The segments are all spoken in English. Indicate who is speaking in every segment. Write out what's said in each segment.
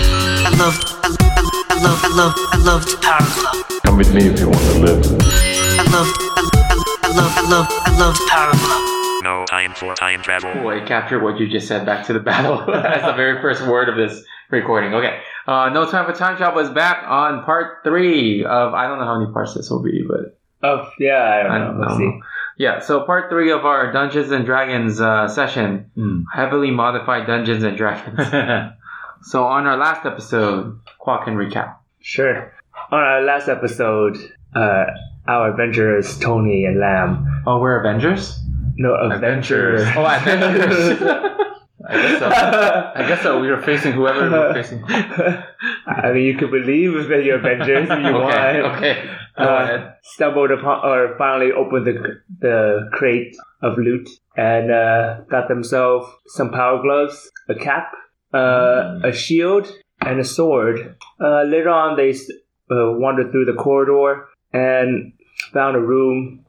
Speaker 1: love, I love, I love, I love the power of love.
Speaker 2: Come with me if you want to live.
Speaker 1: I love, I love, I love, I love the power of love.
Speaker 3: No time for time travel.
Speaker 4: Boy, capture what you just said back to the battle. That's the very first word of this recording. Okay. Uh, no Time for Time Travel is back on part three of, I don't know how many parts this will be, but
Speaker 5: Oh, yeah, I don't,
Speaker 4: I don't
Speaker 5: know. Let's see.
Speaker 4: know. Yeah, so part three of our Dungeons and Dragons uh, session,
Speaker 5: Hmm.
Speaker 4: heavily modified Dungeons and Dragons. so on our last episode, Qua can recap.
Speaker 5: Sure. On our last episode, uh, our adventurers Tony and Lamb.
Speaker 4: Oh, we're Avengers?
Speaker 5: No, adventurers.
Speaker 4: Oh, Avengers. I guess so. Oh, I guess so. We were facing whoever we were facing.
Speaker 5: I mean, you could believe that you're Avengers if you
Speaker 4: okay,
Speaker 5: want.
Speaker 4: okay. Go
Speaker 5: Uh,
Speaker 4: ahead.
Speaker 5: stumbled upon or finally opened the the crate of loot and uh, got themselves some power gloves, a cap, uh,
Speaker 4: Mm.
Speaker 5: a shield, and a sword. Uh, later on, they s- uh, wandered through the corridor and found a room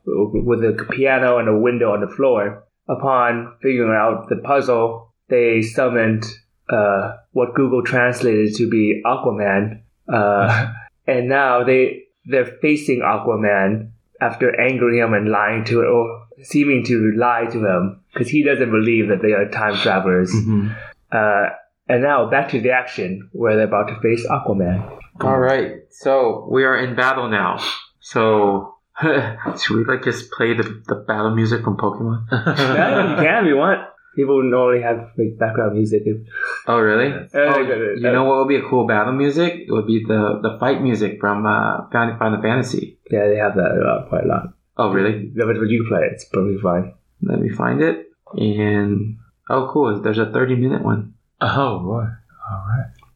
Speaker 5: with a piano and a window on the floor. Upon figuring out the puzzle, they summoned uh, what Google translated to be Aquaman. Uh, and now they they're facing Aquaman after angering him and lying to or seeming to lie to him because he doesn't believe that they are time travelers.
Speaker 4: Mm-hmm.
Speaker 5: Uh, and now back to the action where they're about to face Aquaman.
Speaker 4: All right. So we are in battle now. So should we like just play the, the battle music from Pokemon?
Speaker 5: yeah, you can if you want. People normally have like background music.
Speaker 4: oh really?
Speaker 5: Oh,
Speaker 4: You know what would be a cool battle music? It would be the, the fight music from uh, Final Final Fantasy.
Speaker 5: Yeah, they have that a lot, quite a lot.
Speaker 4: Oh really?
Speaker 5: Yeah, But, but you play it, it's perfectly fine.
Speaker 4: Let me find it. And oh cool, there's a 30 minute one.
Speaker 6: Oh boy.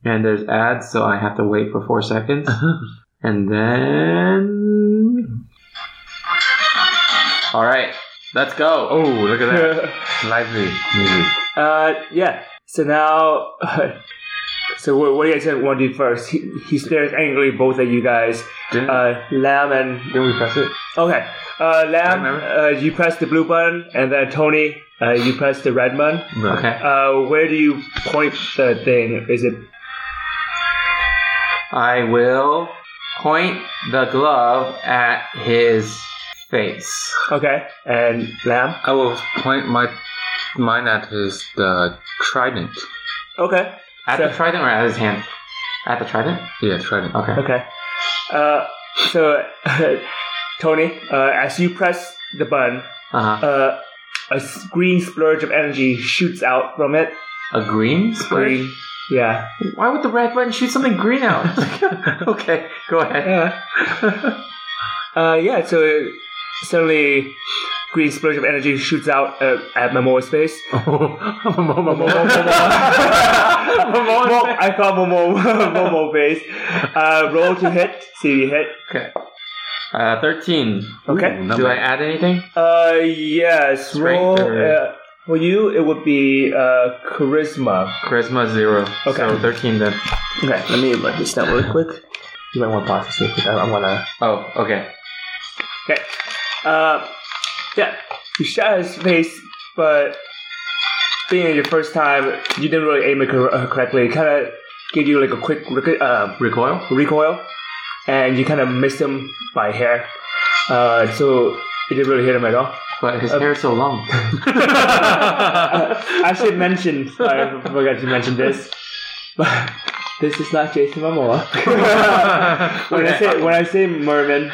Speaker 4: And there's ads, so I have to wait for four seconds. and then. All right, let's go.
Speaker 6: Oh, look at that. Lively music.
Speaker 5: Uh, yeah. So now, so what, what do you guys want to do first? He, he stares angrily both at you guys.
Speaker 6: Didn't,
Speaker 5: Uh, Lamb and
Speaker 6: didn't we press it?
Speaker 5: okay. Uh, Lamb, uh,
Speaker 6: Remember?
Speaker 5: you press the blue button, and then Tony, uh, you press the red button.
Speaker 6: No.
Speaker 4: Okay,
Speaker 5: Uh, where do you point the thing? Is it
Speaker 4: I will point the glove at his face.
Speaker 5: okay? And Lamb,
Speaker 6: I will point my mine at his uh, the trident.
Speaker 5: okay,
Speaker 4: At the
Speaker 5: So-
Speaker 4: trident or at his hand? At the trident?
Speaker 6: Yeah, trident.
Speaker 4: Okay.
Speaker 5: okay. Uh, so Tony, uh, as you press the button,
Speaker 4: Uh-huh.
Speaker 5: uh, a s- green splurge of energy shoots out from it.
Speaker 4: A green splurge?
Speaker 5: Green. Yeah.
Speaker 4: Why would the red button shoot something green out? okay, go ahead.
Speaker 5: Yeah. uh, yeah. So suddenly, green splurge of energy shoots out uh, at Momoa's face. Mo- I call Momo Momo face. Uh, roll to hit. See if you hit.
Speaker 4: Okay. Uh, 13.
Speaker 5: Okay.
Speaker 4: Do I add anything?
Speaker 5: Uh, yes.
Speaker 4: Strength
Speaker 5: Roll.
Speaker 4: or-
Speaker 5: Uh, for you, it would be uh, charisma.
Speaker 4: Charisma zero.
Speaker 5: Okay.
Speaker 4: So 13 then.
Speaker 5: Okay. Let me write this down really quick. You might want to pause this real quick. I, I want to.
Speaker 4: Oh, okay.
Speaker 5: Okay. Uh, yeah, you shot his face, but being your first time, you didn't really aim it cor- uh, correctly. It kind of gave you like a quick rec- uh,
Speaker 4: Recoil?
Speaker 5: recoil, and you kind of missed him by hair. Uh, so it didn't really hit him at all.
Speaker 4: But his
Speaker 5: Uh,
Speaker 4: hair is so long.
Speaker 5: Uh, I should mention, I forgot to mention this, but this is not Jason Momoa. when, I say, when I say Merman,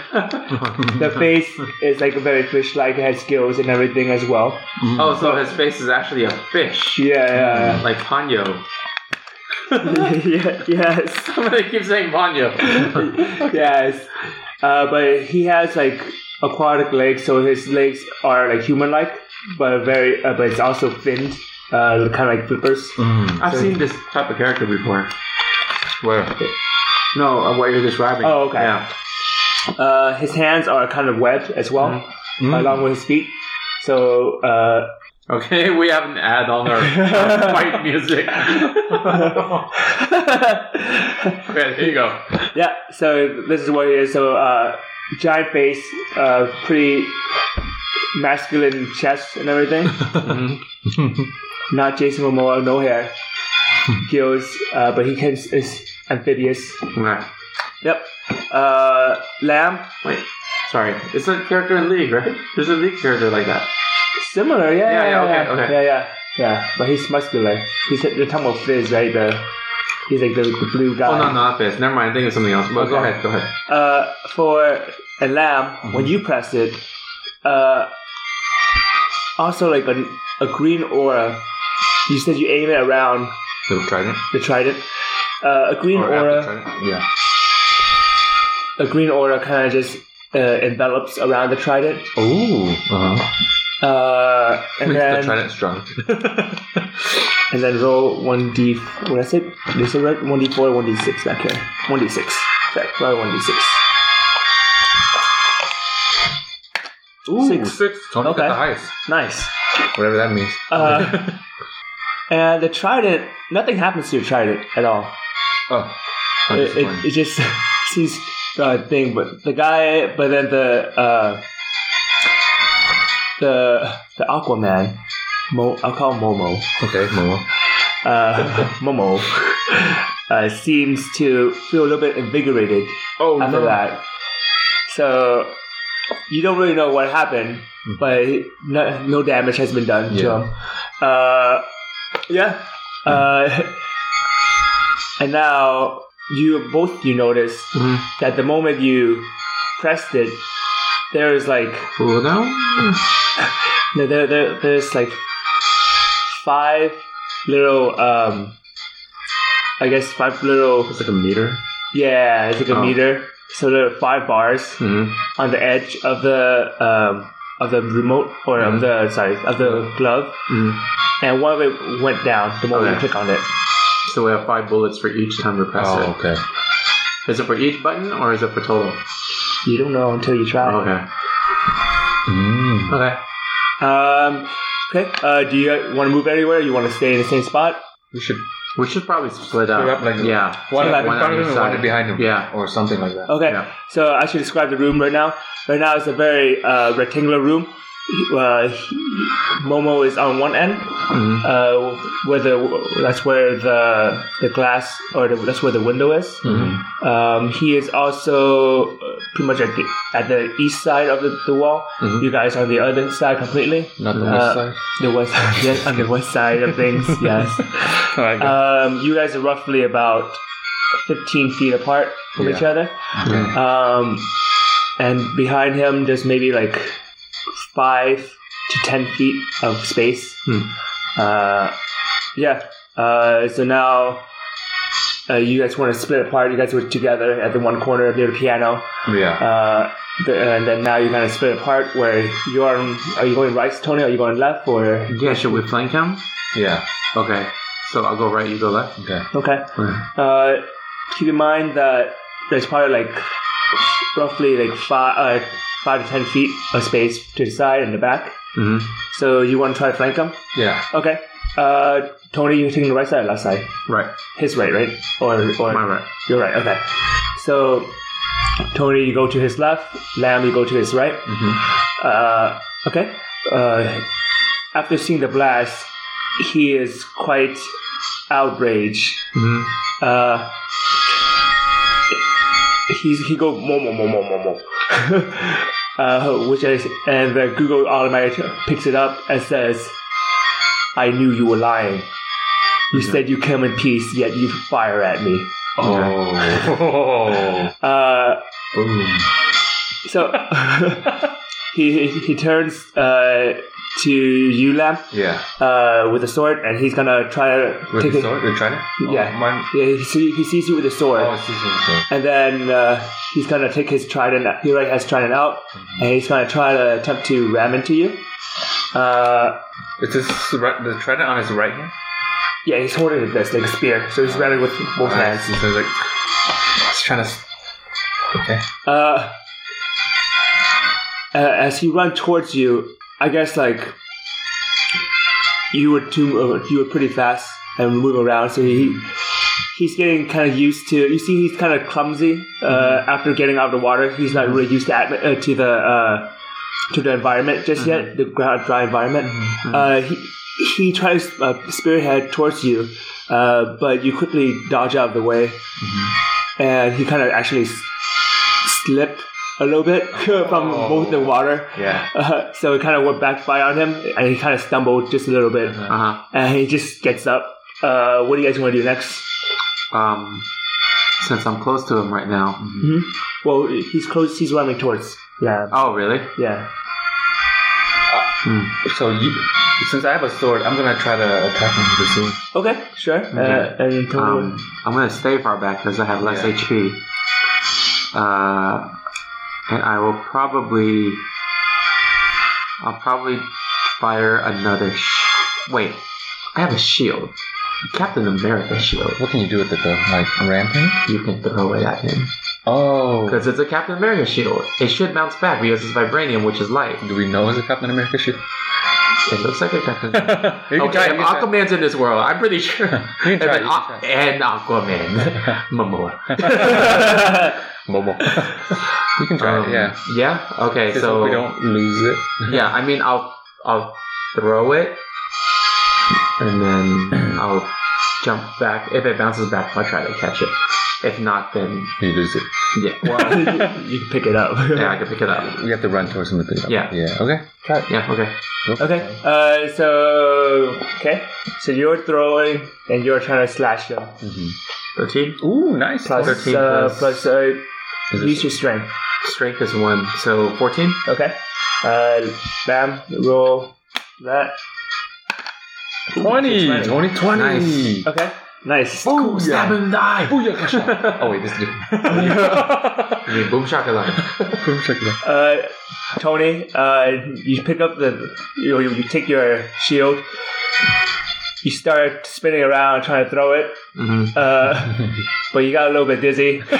Speaker 5: the face is like very fish like, it has gills and everything as well.
Speaker 4: oh, so his face is actually a fish.
Speaker 5: Yeah,
Speaker 4: Like Ponyo.
Speaker 5: yeah, yeah. yes,
Speaker 4: I'm gonna keep saying Ponyo.
Speaker 5: yes. Uh, but he has like aquatic legs, so his legs are like human like, but very, uh, but it's also finned, uh, kind of like flippers.
Speaker 6: Mm,
Speaker 4: I've seen this type of character before.
Speaker 6: where?
Speaker 4: No, uh, of what you're describing.
Speaker 5: Oh, okay.
Speaker 4: Yeah.
Speaker 5: Uh, his hands are kind of webbed as well,
Speaker 4: Mm-hmm.
Speaker 6: Mm.
Speaker 5: along with his feet. So, uh,
Speaker 4: Okay, we have an ad on our our fight music. okay, there you go.
Speaker 5: yeah. So this is what it is. So, uh, giant face, uh, pretty masculine chest and everything.
Speaker 6: Mm-hmm.
Speaker 4: Mhm.
Speaker 5: Not Jason Momoa, no hair, gills, uh, but he can is amphibious.
Speaker 4: Nah.
Speaker 5: Yep. Uh, lamb.
Speaker 4: Wait, sorry. It's a character in League, right? There's a League character like that.
Speaker 5: Similar, yeah,
Speaker 4: Yeah,
Speaker 5: yeah,
Speaker 4: yeah,
Speaker 5: yeah,
Speaker 4: okay,
Speaker 5: yeah,
Speaker 4: okay.
Speaker 5: yeah, yeah, yeah. But he's muscular. He's you're talking about Fizz, right? The he's like the, the blue guy.
Speaker 4: Oh, no, not this. Never mind. I think it's something else. But go
Speaker 5: Okay.
Speaker 4: ahead, go ahead.
Speaker 5: Uh, for a lamb, when you press it, uh, also like a, a green aura. You said you aim it around
Speaker 6: The trident?
Speaker 5: the trident. Uh, a green
Speaker 6: Or at
Speaker 5: aura.
Speaker 6: the trident? Yeah.
Speaker 5: a green aura kind of just uh, envelops around the trident.
Speaker 6: Ooh. Uh-huh.
Speaker 5: Uh, and
Speaker 6: Makes the
Speaker 5: then
Speaker 6: trident strong.
Speaker 5: and then roll one d. What is it? This is right. One d four, one d six back here. One d six. Sorry, roll one d six.
Speaker 6: Ooh,
Speaker 5: Six.
Speaker 6: six. Tony
Speaker 5: Okay.
Speaker 6: got the highest.
Speaker 5: Nice.
Speaker 6: Whatever that means.
Speaker 5: Uh, and the trident. Nothing happens to your trident at all.
Speaker 6: Oh. I'm
Speaker 5: It, it,
Speaker 6: disappointed.
Speaker 5: it just sees uh, thing, but the guy, but then the uh, the the Aquaman. Mo, I'll call him Momo.
Speaker 6: okay, Momo.
Speaker 5: uh, Momo uh, seems to feel a little bit invigorated
Speaker 6: Oh,
Speaker 5: after that. So you don't really know what happened, but no, no damage has been done to
Speaker 6: Yeah.
Speaker 5: him. Uh, yeah. Uh, and now you both you notice
Speaker 4: Mhm.
Speaker 6: Mm-hmm.
Speaker 5: that the moment you pressed it, there is like
Speaker 6: Cool down?
Speaker 5: no, there, there, there's like five little, um, I guess five little,
Speaker 6: It's like a meter.
Speaker 5: yeah, it's like a
Speaker 6: Oh.
Speaker 5: meter. So there are five bars
Speaker 6: Mm-hmm.
Speaker 5: on the edge of the, um, of the remote or of
Speaker 6: Mhm.
Speaker 5: the, sorry, of the glove.
Speaker 6: Mm-hmm.
Speaker 5: And one of it went down the moment you
Speaker 4: Okay.
Speaker 5: click on it.
Speaker 4: So we have five bullets for each time we press
Speaker 6: Oh, okay.
Speaker 4: it. Is it for each button or is it for total?
Speaker 5: You don't know until you try.
Speaker 4: Okay.
Speaker 6: Mm.
Speaker 4: Okay.
Speaker 5: Um, okay. Uh, do you want to move anywhere? You want to stay in the same spot?
Speaker 6: We should
Speaker 4: We should probably split up.
Speaker 6: Split up like-
Speaker 4: yeah.
Speaker 6: one,
Speaker 5: So
Speaker 6: one,
Speaker 5: like-
Speaker 6: one on
Speaker 4: on
Speaker 6: him
Speaker 4: each
Speaker 6: and one
Speaker 4: side.
Speaker 6: behind him.
Speaker 4: Yeah.
Speaker 6: Or something like that.
Speaker 5: Okay.
Speaker 4: Yeah.
Speaker 5: So I should describe the room right now. Right now, it's a very uh, rectangular room. Uh, Momo is on one end,
Speaker 6: Mhm.
Speaker 5: uh, where the that's where the the glass or the, that's where the window is.
Speaker 4: Hmm.
Speaker 6: Mm-hmm.
Speaker 5: Um, he is also uh, pretty much at the, at the east side of the, the wall.
Speaker 6: Mhm.
Speaker 4: Mm-hmm.
Speaker 5: You guys are on the other side completely.
Speaker 6: Not the
Speaker 5: Uh,
Speaker 6: west side.
Speaker 5: The west, yes, on the west side of things. Yes. Um, you guys are roughly about fifteen feet apart from each
Speaker 6: Yeah.
Speaker 5: other.
Speaker 6: Okay.
Speaker 5: Um, and behind him, there's maybe like five to ten feet of space.
Speaker 4: Hmm.
Speaker 5: Uh, yeah. Uh, so now uh, you guys want to split apart. You guys were together at the one corner near the piano.
Speaker 6: Yeah.
Speaker 5: Uh, the, and then now you're kind of split apart where you are. Are you going right, Tony? Are you going left? Or
Speaker 4: Yeah, should we flank him?
Speaker 6: Yeah.
Speaker 4: Okay. So I'll go right, you go left.
Speaker 6: Okay.
Speaker 5: okay.
Speaker 4: Mhm.
Speaker 5: Uh, keep in mind that there's probably like roughly like five, uh, five to ten feet of space to the side and the back.
Speaker 4: Mhm.
Speaker 5: So you want to try to flank him?
Speaker 6: Yeah.
Speaker 5: Okay. Uh, Tony, you're taking the right side or left side?
Speaker 4: Right.
Speaker 5: His right, right? Or, or
Speaker 4: My right.
Speaker 5: You're right. Okay. So Tony, you go to his left. Lamb, you go to his right.
Speaker 6: Mm-hmm.
Speaker 5: Uh, okay. Uh, after seeing the blast, he is quite outraged.
Speaker 4: Mhm.
Speaker 5: Uh, he's he go mo mo mo mo mo mo. Uh, which is and the Google automatically picks it up and says, "I knew you were lying. You said you come in peace, yet you fire at me."
Speaker 6: Oh.
Speaker 5: Uh,
Speaker 6: Boom.
Speaker 5: so he he turns uh, to you, Lam,
Speaker 6: Yeah.
Speaker 5: uh, with a sword, and he's gonna try to
Speaker 6: With
Speaker 5: take
Speaker 6: the
Speaker 5: it.
Speaker 6: sword? You're trying to?
Speaker 5: Yeah.
Speaker 6: Oh, mine.
Speaker 5: Yeah, he, see, he sees you with a sword.
Speaker 6: Oh, it's just with the sword.
Speaker 5: and then uh, he's gonna take his trident. He already has trident out, and he's gonna try to attempt to ram into you. Uh,
Speaker 6: Is this right, the trident on his right hand?
Speaker 5: yeah, he's holding it this like a spear, so he's ramming with both
Speaker 6: Alright,
Speaker 5: hands.
Speaker 6: So he's like, he's trying to. s- Okay.
Speaker 5: Uh, uh, as he runs towards you, I guess like you were too, uh, you were pretty fast and moving around, so he he's getting kind of used to. You see, he's kind of clumsy uh, after getting out of the water. He's not really used to atmo- uh, to the uh, to the environment just
Speaker 4: Mm-hmm.
Speaker 5: yet, the ground dry environment. Uh, he he tries uh, spearhead towards you, Uh, but you quickly dodge out of the way,
Speaker 4: Mm-hmm.
Speaker 5: and he kind of actually s- slipped a little bit from both the water.
Speaker 4: Yeah.
Speaker 5: Uh, so it kind of went backfire on him, and he kind of stumbled just a little bit,
Speaker 4: Uh
Speaker 5: and he just gets up. Uh, what do you guys want to do next?
Speaker 4: huh. Um, since I'm close to him right now.
Speaker 6: Mm-hmm.
Speaker 5: Well, he's close. He's running towards. Yeah,
Speaker 4: Oh, really?
Speaker 5: yeah.
Speaker 4: Hmm.
Speaker 6: So you, since I have a sword, I'm gonna try to attack him with the sword.
Speaker 5: Okay, sure. Uh, and then tell me-
Speaker 4: Um, I'm gonna stay far back because I have less
Speaker 6: Yeah.
Speaker 4: HP. Uh, and I will probably, I'll probably fire another. Sh- Wait, I have a shield, Captain America shield.
Speaker 6: What can you do with it though? Like ram him?
Speaker 4: You can throw it at him
Speaker 6: Oh.
Speaker 4: because it's a Captain America shield. It should bounce back because it's vibranium, which is light.
Speaker 6: Do we know it's a Captain America shield?
Speaker 4: It looks like a Captain.
Speaker 6: You can
Speaker 4: Okay,
Speaker 6: try it,
Speaker 4: if
Speaker 6: you can try it.
Speaker 4: Aquaman's in this world, I'm pretty sure.
Speaker 6: You can try it,
Speaker 4: and,
Speaker 6: you can
Speaker 4: Aqu-
Speaker 6: try
Speaker 4: and Aquaman, Momoa.
Speaker 6: Momo. you can try
Speaker 4: Um,
Speaker 6: it, yeah.
Speaker 4: Yeah. Okay.
Speaker 6: Just
Speaker 4: So
Speaker 6: hope we don't lose it.
Speaker 4: yeah, I mean, I'll I'll throw it, and then I'll jump back. If it bounces back, I'll try to catch it. If not, then
Speaker 6: You lose it.
Speaker 4: yeah, well,
Speaker 5: you can pick it up.
Speaker 4: yeah, I can pick it up.
Speaker 6: We have to run towards him to pick it up.
Speaker 4: Yeah.
Speaker 6: Yeah. Okay. Try it.
Speaker 4: Yeah. Okay.
Speaker 5: Okay. Uh, so okay. So you're throwing and you're trying to slash them.
Speaker 6: Mm-hmm.
Speaker 4: Thirteen.
Speaker 6: Ooh, nice.
Speaker 5: Plus,
Speaker 4: 13
Speaker 5: uh,
Speaker 4: plus-
Speaker 5: plus uh,
Speaker 6: Is it-
Speaker 5: use your strength.
Speaker 4: Strength is one, so fourteen.
Speaker 5: Okay. Uh, bam. Roll that.
Speaker 6: 20, 20, 20.
Speaker 4: Nice.
Speaker 5: Hmm. Okay. Nice.
Speaker 4: Ooh, stab him and die.
Speaker 6: Oh, wait, this is different.
Speaker 4: I mean, boom shakalaka.
Speaker 6: Boom, check it out.
Speaker 5: Uh, Tony, uh, you pick up the, you, know, you, you take your shield, you start spinning around trying to throw it,
Speaker 4: Mhm.
Speaker 5: uh, but you got a little bit dizzy.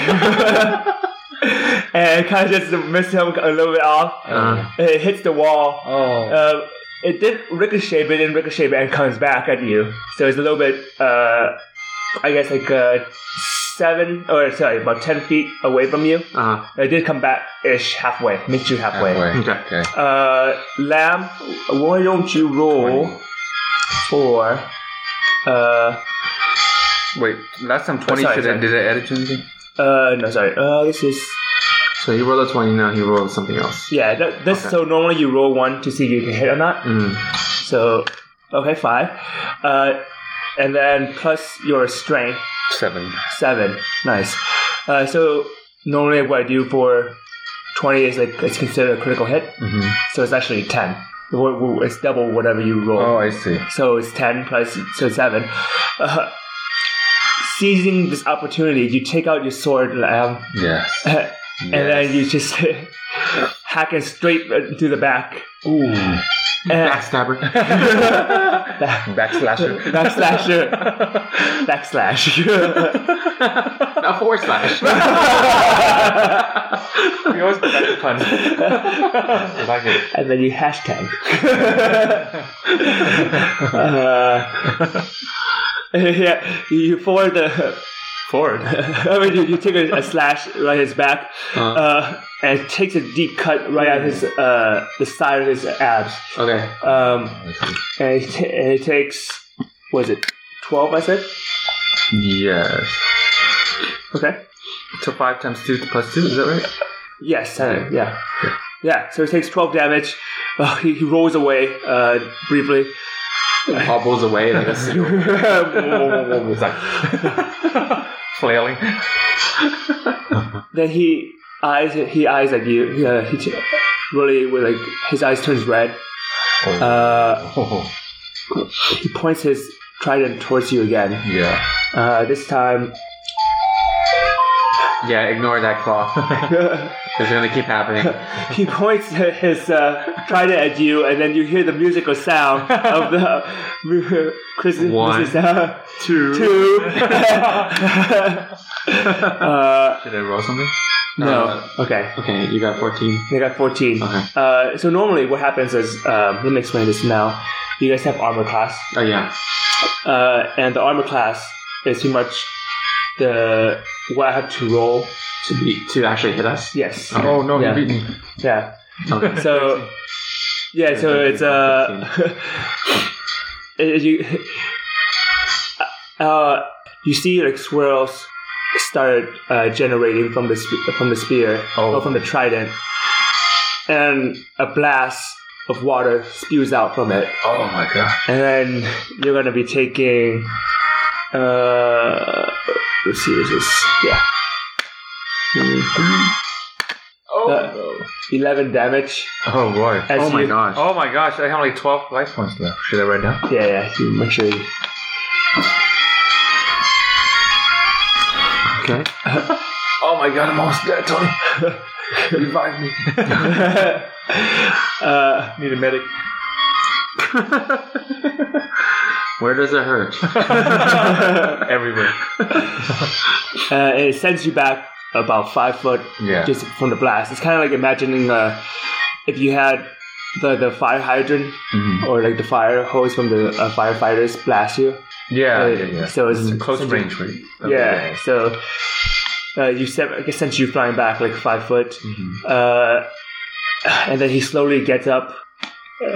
Speaker 5: and kind of just missed him a little bit off.
Speaker 4: Uh,
Speaker 5: It hits the wall.
Speaker 6: Oh.
Speaker 5: Uh, it did ricochet, but it didn't ricochet and comes back at you. So it's a little bit, uh, I guess like uh, seven, or sorry, about ten feet away from you.
Speaker 4: uh,
Speaker 5: It did come back ish halfway, meet you halfway.
Speaker 6: Halfway.
Speaker 4: okay.
Speaker 6: Okay.
Speaker 5: Uh, Lamb, why don't you roll for uh
Speaker 6: Wait, last time 20,
Speaker 5: sorry,
Speaker 6: should
Speaker 5: sorry.
Speaker 6: I, did I add it to anything?
Speaker 5: uh no sorry uh this is
Speaker 4: So he rolled a twenty. Now he rolled something else.
Speaker 5: yeah that, this
Speaker 4: Okay.
Speaker 5: so normally you roll one to see if you can hit or not
Speaker 4: Mm.
Speaker 5: so okay five uh and then plus your strength
Speaker 6: Seven.
Speaker 5: seven nice uh so normally what I do for twenty is like it's considered a critical hit
Speaker 6: Mm-hmm.
Speaker 5: so it's actually ten Wh- wh- it's double whatever you roll
Speaker 6: Oh, I see.
Speaker 5: so it's 10 plus so 7 uh, seizing this opportunity you take out your sword lamb
Speaker 6: Yes.
Speaker 5: and then
Speaker 6: Yes.
Speaker 5: you just hack it straight to the back
Speaker 6: Ooh.
Speaker 5: and
Speaker 4: Backstabber.
Speaker 6: Backslasher.
Speaker 5: backslasher backslash
Speaker 4: Not forward slash.
Speaker 6: we always put that pun. I like it.
Speaker 5: and then you hashtag Uh, yeah, you forward the forward. I mean, you, you take a, a slash right his back, uh and it takes a deep cut right at his uh, the side of his abs.
Speaker 4: okay.
Speaker 5: Um,
Speaker 6: I see.
Speaker 5: and it, ta- and it takes was it twelve? I said
Speaker 6: Yes.
Speaker 5: okay.
Speaker 6: So five times two plus two, is that right?
Speaker 5: Yes, uh, yeah, yeah. So it takes twelve damage. Uh, he, he rolls away uh, briefly.
Speaker 4: Hobbles away like a seal.
Speaker 6: It's like flailing.
Speaker 5: Then he eyes he eyes at you. He, uh, he t- really with like his eyes turns red. Uh, he points his trident towards you again.
Speaker 6: Yeah.
Speaker 5: Uh, this time,
Speaker 4: Yeah, ignore that claw. it's gonna keep happening.
Speaker 5: he points his uh, trident at you, and then you hear the musical sound of the Christmas
Speaker 4: One,
Speaker 5: uh,
Speaker 4: Two.
Speaker 5: two. uh,
Speaker 6: Did I roll something?
Speaker 5: no, okay.
Speaker 4: Okay, you got 14.
Speaker 5: They got 14.
Speaker 4: Okay.
Speaker 5: Uh, so normally what happens is, um, let me explain this now. You guys have armor class,
Speaker 4: Oh, yeah.
Speaker 5: uh, and the armor class is pretty much the what I have to roll.
Speaker 4: To, be, to actually hit us.
Speaker 5: Yes.
Speaker 6: Oh no,
Speaker 5: Yeah.
Speaker 6: he beat me.
Speaker 5: Yeah.
Speaker 4: Okay.
Speaker 5: So, yeah. So it's uh, it- you. Uh, you see like swirls start uh, generating from the spe- from the spear
Speaker 6: Oh.
Speaker 5: or from the trident, and a blast of water spews out from it,
Speaker 6: Oh my god.
Speaker 5: and then you're gonna be taking. Uh, let's see, this is yeah. Hmm.
Speaker 6: Oh,
Speaker 5: Uh,
Speaker 6: no.
Speaker 5: 11 damage
Speaker 6: oh boy.
Speaker 5: as
Speaker 4: Oh my
Speaker 5: you-
Speaker 4: gosh.
Speaker 6: Oh my gosh, I have only 12 life points left. Should I write down?
Speaker 5: Yeah, yeah, you make sure. You,
Speaker 4: Okay.
Speaker 6: Oh my god, I'm almost dead, Tony. Revive me.
Speaker 5: uh,
Speaker 6: Need a medic.
Speaker 4: Where does it hurt?
Speaker 6: Everywhere.
Speaker 5: uh, and it sends you back about five foot
Speaker 6: Yeah.
Speaker 5: just from the blast. It's kind of like imagining uh, if you had the, the fire hydrant
Speaker 6: Mhm.
Speaker 5: or like the fire hose from the uh, firefighters blast you.
Speaker 6: Yeah,
Speaker 5: Uh,
Speaker 6: yeah, yeah.
Speaker 5: so it's-
Speaker 6: close
Speaker 5: it's-
Speaker 6: range, right?
Speaker 5: Yeah, so uh, you sent, it sends you flying back like five foot.
Speaker 6: Mhm.
Speaker 5: Uh, and then he slowly gets up,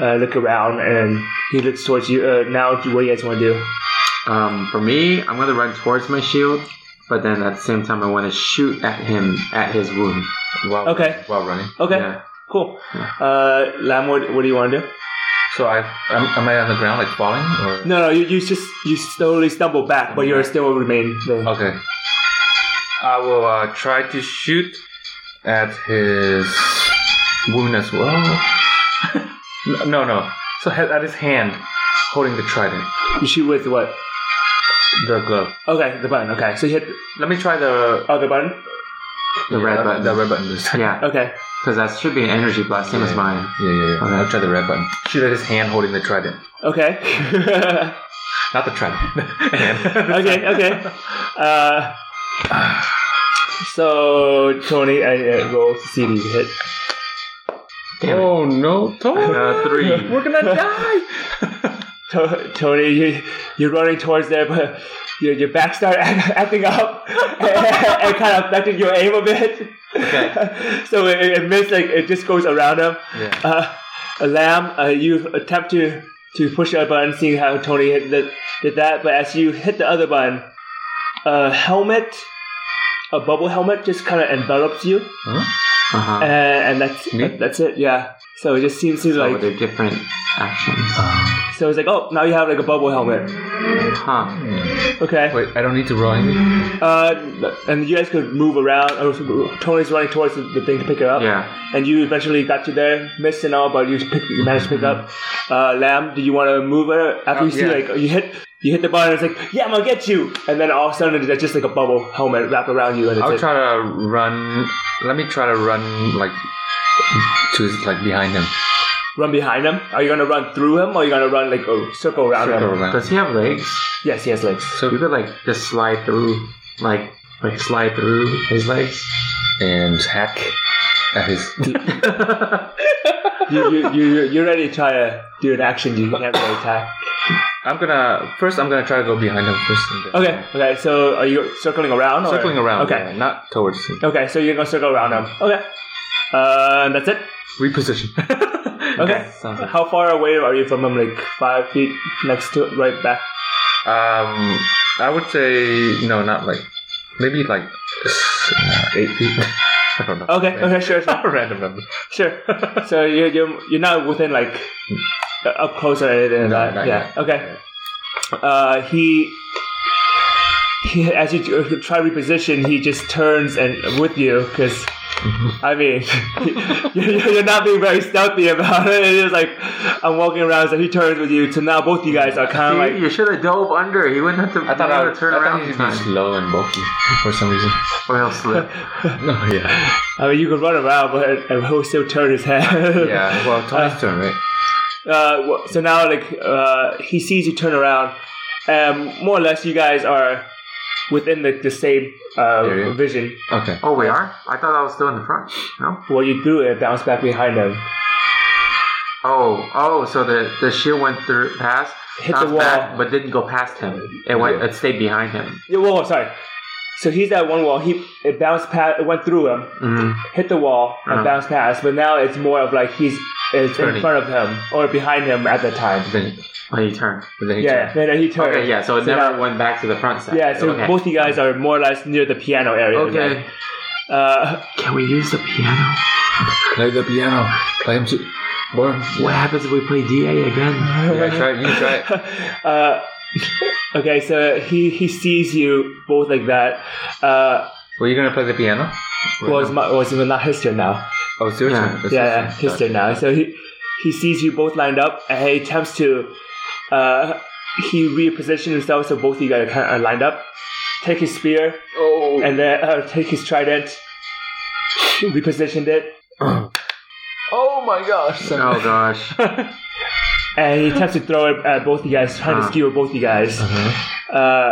Speaker 5: uh, look around, and he looks towards you. Uh, now, what do you guys want to do?
Speaker 4: Um, for me, I'm gonna run towards my shield, but then at the same time, I want to shoot at him at his wound.
Speaker 6: While,
Speaker 5: Okay.
Speaker 6: While running.
Speaker 5: Okay,
Speaker 4: Yeah.
Speaker 5: cool. Uh, Lam, what, what do you want to do?
Speaker 6: So I, am, am I on the ground, like falling, or
Speaker 5: No, no, you, you just you slowly stumble back, but you're still remain there.
Speaker 6: Okay. I will uh, try to shoot at his wound as well. N- no, no. So he- at his hand, holding the trident,
Speaker 5: You shoot with what?
Speaker 6: the glove.
Speaker 5: Okay, the button. Okay, so you hit
Speaker 6: Let me try the
Speaker 5: oh the button.
Speaker 4: The red
Speaker 6: uh,
Speaker 4: button.
Speaker 6: The red button this time.
Speaker 4: Yeah,
Speaker 5: Okay,
Speaker 4: because that should be an energy blast, same as mine.
Speaker 6: Yeah, yeah, yeah.
Speaker 4: Okay.
Speaker 6: I'll try the red button. Shoot at his hand holding the trident.
Speaker 5: okay,
Speaker 6: Not the trident. Hand.
Speaker 5: okay, okay. Uh, so Tony, I uh, roll to see if you hit.
Speaker 4: Damn it.
Speaker 6: Oh no, Tony!
Speaker 4: Uh, three.
Speaker 6: We're gonna die!
Speaker 5: To- Tony, you, you're running towards there, but your, your back start act, acting up and, and kind of affecting your aim a bit.
Speaker 6: Okay.
Speaker 5: so it, it missed, like, it just goes around him.
Speaker 6: Yeah.
Speaker 5: Uh, a lamb, uh, you attempt to, to push the other button, seeing how Tony hit the, did that, but as you hit the other button, a helmet, a bubble helmet, just kind of envelops you,
Speaker 4: Uh-huh.
Speaker 5: and, and that's
Speaker 6: Me?
Speaker 5: that's it, yeah. So it just seems to
Speaker 4: So
Speaker 5: like
Speaker 4: they're different actions.
Speaker 5: so it's like oh now you have like a bubble helmet
Speaker 4: Huh.
Speaker 5: okay
Speaker 6: Wait, I don't need to roll anything?
Speaker 5: Uh, and you guys could move around. Oh, so Tony's running towards the, the thing to pick it up.
Speaker 4: Yeah.
Speaker 5: And you eventually got to there, missed and all, but you, pick, you managed to pick up. Uh, Lamb, do you want to move it after
Speaker 6: Uh,
Speaker 5: you see
Speaker 6: yeah.
Speaker 5: like you hit you hit the button? It's like yeah, I'm gonna get you. And then all of a sudden, there's just like a bubble helmet wrapped around you, and it's
Speaker 6: I'll
Speaker 5: like,
Speaker 6: try to run. Let me try to run like to his, like behind him.
Speaker 5: run behind him. Are you gonna run through him, or are you gonna run like a circle around
Speaker 6: Circle
Speaker 5: him?
Speaker 6: around.
Speaker 4: Does he have legs?
Speaker 5: Yes, he has legs.
Speaker 4: You
Speaker 6: So
Speaker 4: could like just slide through, like like slide through his legs.
Speaker 6: and hack at his.
Speaker 5: you you you you- you're ready to try to do an action. You can't really attack.
Speaker 6: I'm gonna first. I'm gonna try to go behind him first. and then-
Speaker 5: Okay, okay. So are you circling around? or-
Speaker 6: Circling around.
Speaker 5: Okay.
Speaker 6: yeah, not towards him.
Speaker 5: Okay, so you're gonna circle around him. Okay. Uh, that's it.
Speaker 6: Reposition.
Speaker 5: Okay.
Speaker 4: sounds like-
Speaker 5: How far away are you from him? Like five feet next to, right back.
Speaker 6: um, I would say no, not like maybe like s- uh, eight feet. I don't know.
Speaker 5: Okay. Okay. Sure. Sure.
Speaker 6: Random number.
Speaker 5: sure. So you're you're you're not within like uh, up close or anything.
Speaker 6: No,
Speaker 5: like that.
Speaker 6: not
Speaker 5: yeah.
Speaker 6: yet.
Speaker 5: Okay. Uh, he. He, as you t- try reposition, he just turns and with you because, I mean, you're, you're not being very stealthy about it. It's just like I'm walking around, so he turns with you. So now both you guys are kind
Speaker 4: See,
Speaker 5: of like
Speaker 4: you should have dove under. He wouldn't have to.
Speaker 6: I thought
Speaker 4: he
Speaker 6: I
Speaker 4: would've
Speaker 6: would
Speaker 4: turned
Speaker 6: I thought
Speaker 4: around
Speaker 6: he'd
Speaker 4: in
Speaker 6: be
Speaker 4: time.
Speaker 6: slow and bulky for some reason.
Speaker 4: Or he'll slip.
Speaker 6: No, yeah.
Speaker 5: I mean, you can run around, but and he'll still turn his head.
Speaker 6: Yeah, well, Tony's turn, right?
Speaker 5: Uh, wh- so now, like, uh, he sees you turn around, and more or less, you guys are within the, the same uh,
Speaker 6: Area.
Speaker 5: vision.
Speaker 6: Okay.
Speaker 4: oh, we are. I thought I was still in the front. No.
Speaker 5: Well, you threw it, bounced back behind him,
Speaker 4: Oh, oh. So the the shield went through past,
Speaker 5: hit the
Speaker 4: bounced
Speaker 5: wall.
Speaker 4: back, but didn't go past him. It went. It stayed behind him.
Speaker 5: Yeah, whoa, sorry. So he's at one wall. He it bounced past, it went through him,
Speaker 4: Mm.
Speaker 5: hit the wall, and
Speaker 4: Uh-huh.
Speaker 5: bounced past. But now it's more of like he's it's in
Speaker 6: Turning.
Speaker 5: front of him or behind him at the time.
Speaker 6: Then-
Speaker 4: Oh, you turn.
Speaker 6: But then he
Speaker 5: Yeah,
Speaker 6: turned.
Speaker 5: then he turned.
Speaker 4: Okay, yeah. So it never
Speaker 5: now-
Speaker 4: went back to the front side.
Speaker 5: Yeah, so
Speaker 4: okay.
Speaker 5: both you guys are more or less near the piano area.
Speaker 4: Okay.
Speaker 5: Uh,
Speaker 4: Can we use the piano?
Speaker 6: Play the piano. Play him to burn.
Speaker 4: What happens if we play DA again?
Speaker 6: Yeah, try it. You try it.
Speaker 5: uh, okay, so he, he sees you both like that. Uh,
Speaker 6: Were you gonna play the piano?
Speaker 5: well, it's, my, well, it's not his turn now.
Speaker 6: Oh, it's your
Speaker 4: Yeah.
Speaker 6: turn. It's
Speaker 5: yeah,
Speaker 6: your
Speaker 5: yeah,
Speaker 6: turn.
Speaker 5: his turn now. So he he sees you both lined up, and he attempts to uh, he repositions himself so both of you guys are kind of lined up. Take his spear
Speaker 6: Oh.
Speaker 5: and then uh, take his trident. Repositioned it,
Speaker 6: oh my gosh.
Speaker 4: Oh gosh.
Speaker 5: and he attempts to throw it at both you guys, trying
Speaker 4: Huh.
Speaker 5: to skewer both you guys.
Speaker 6: Mhm.
Speaker 5: Uh,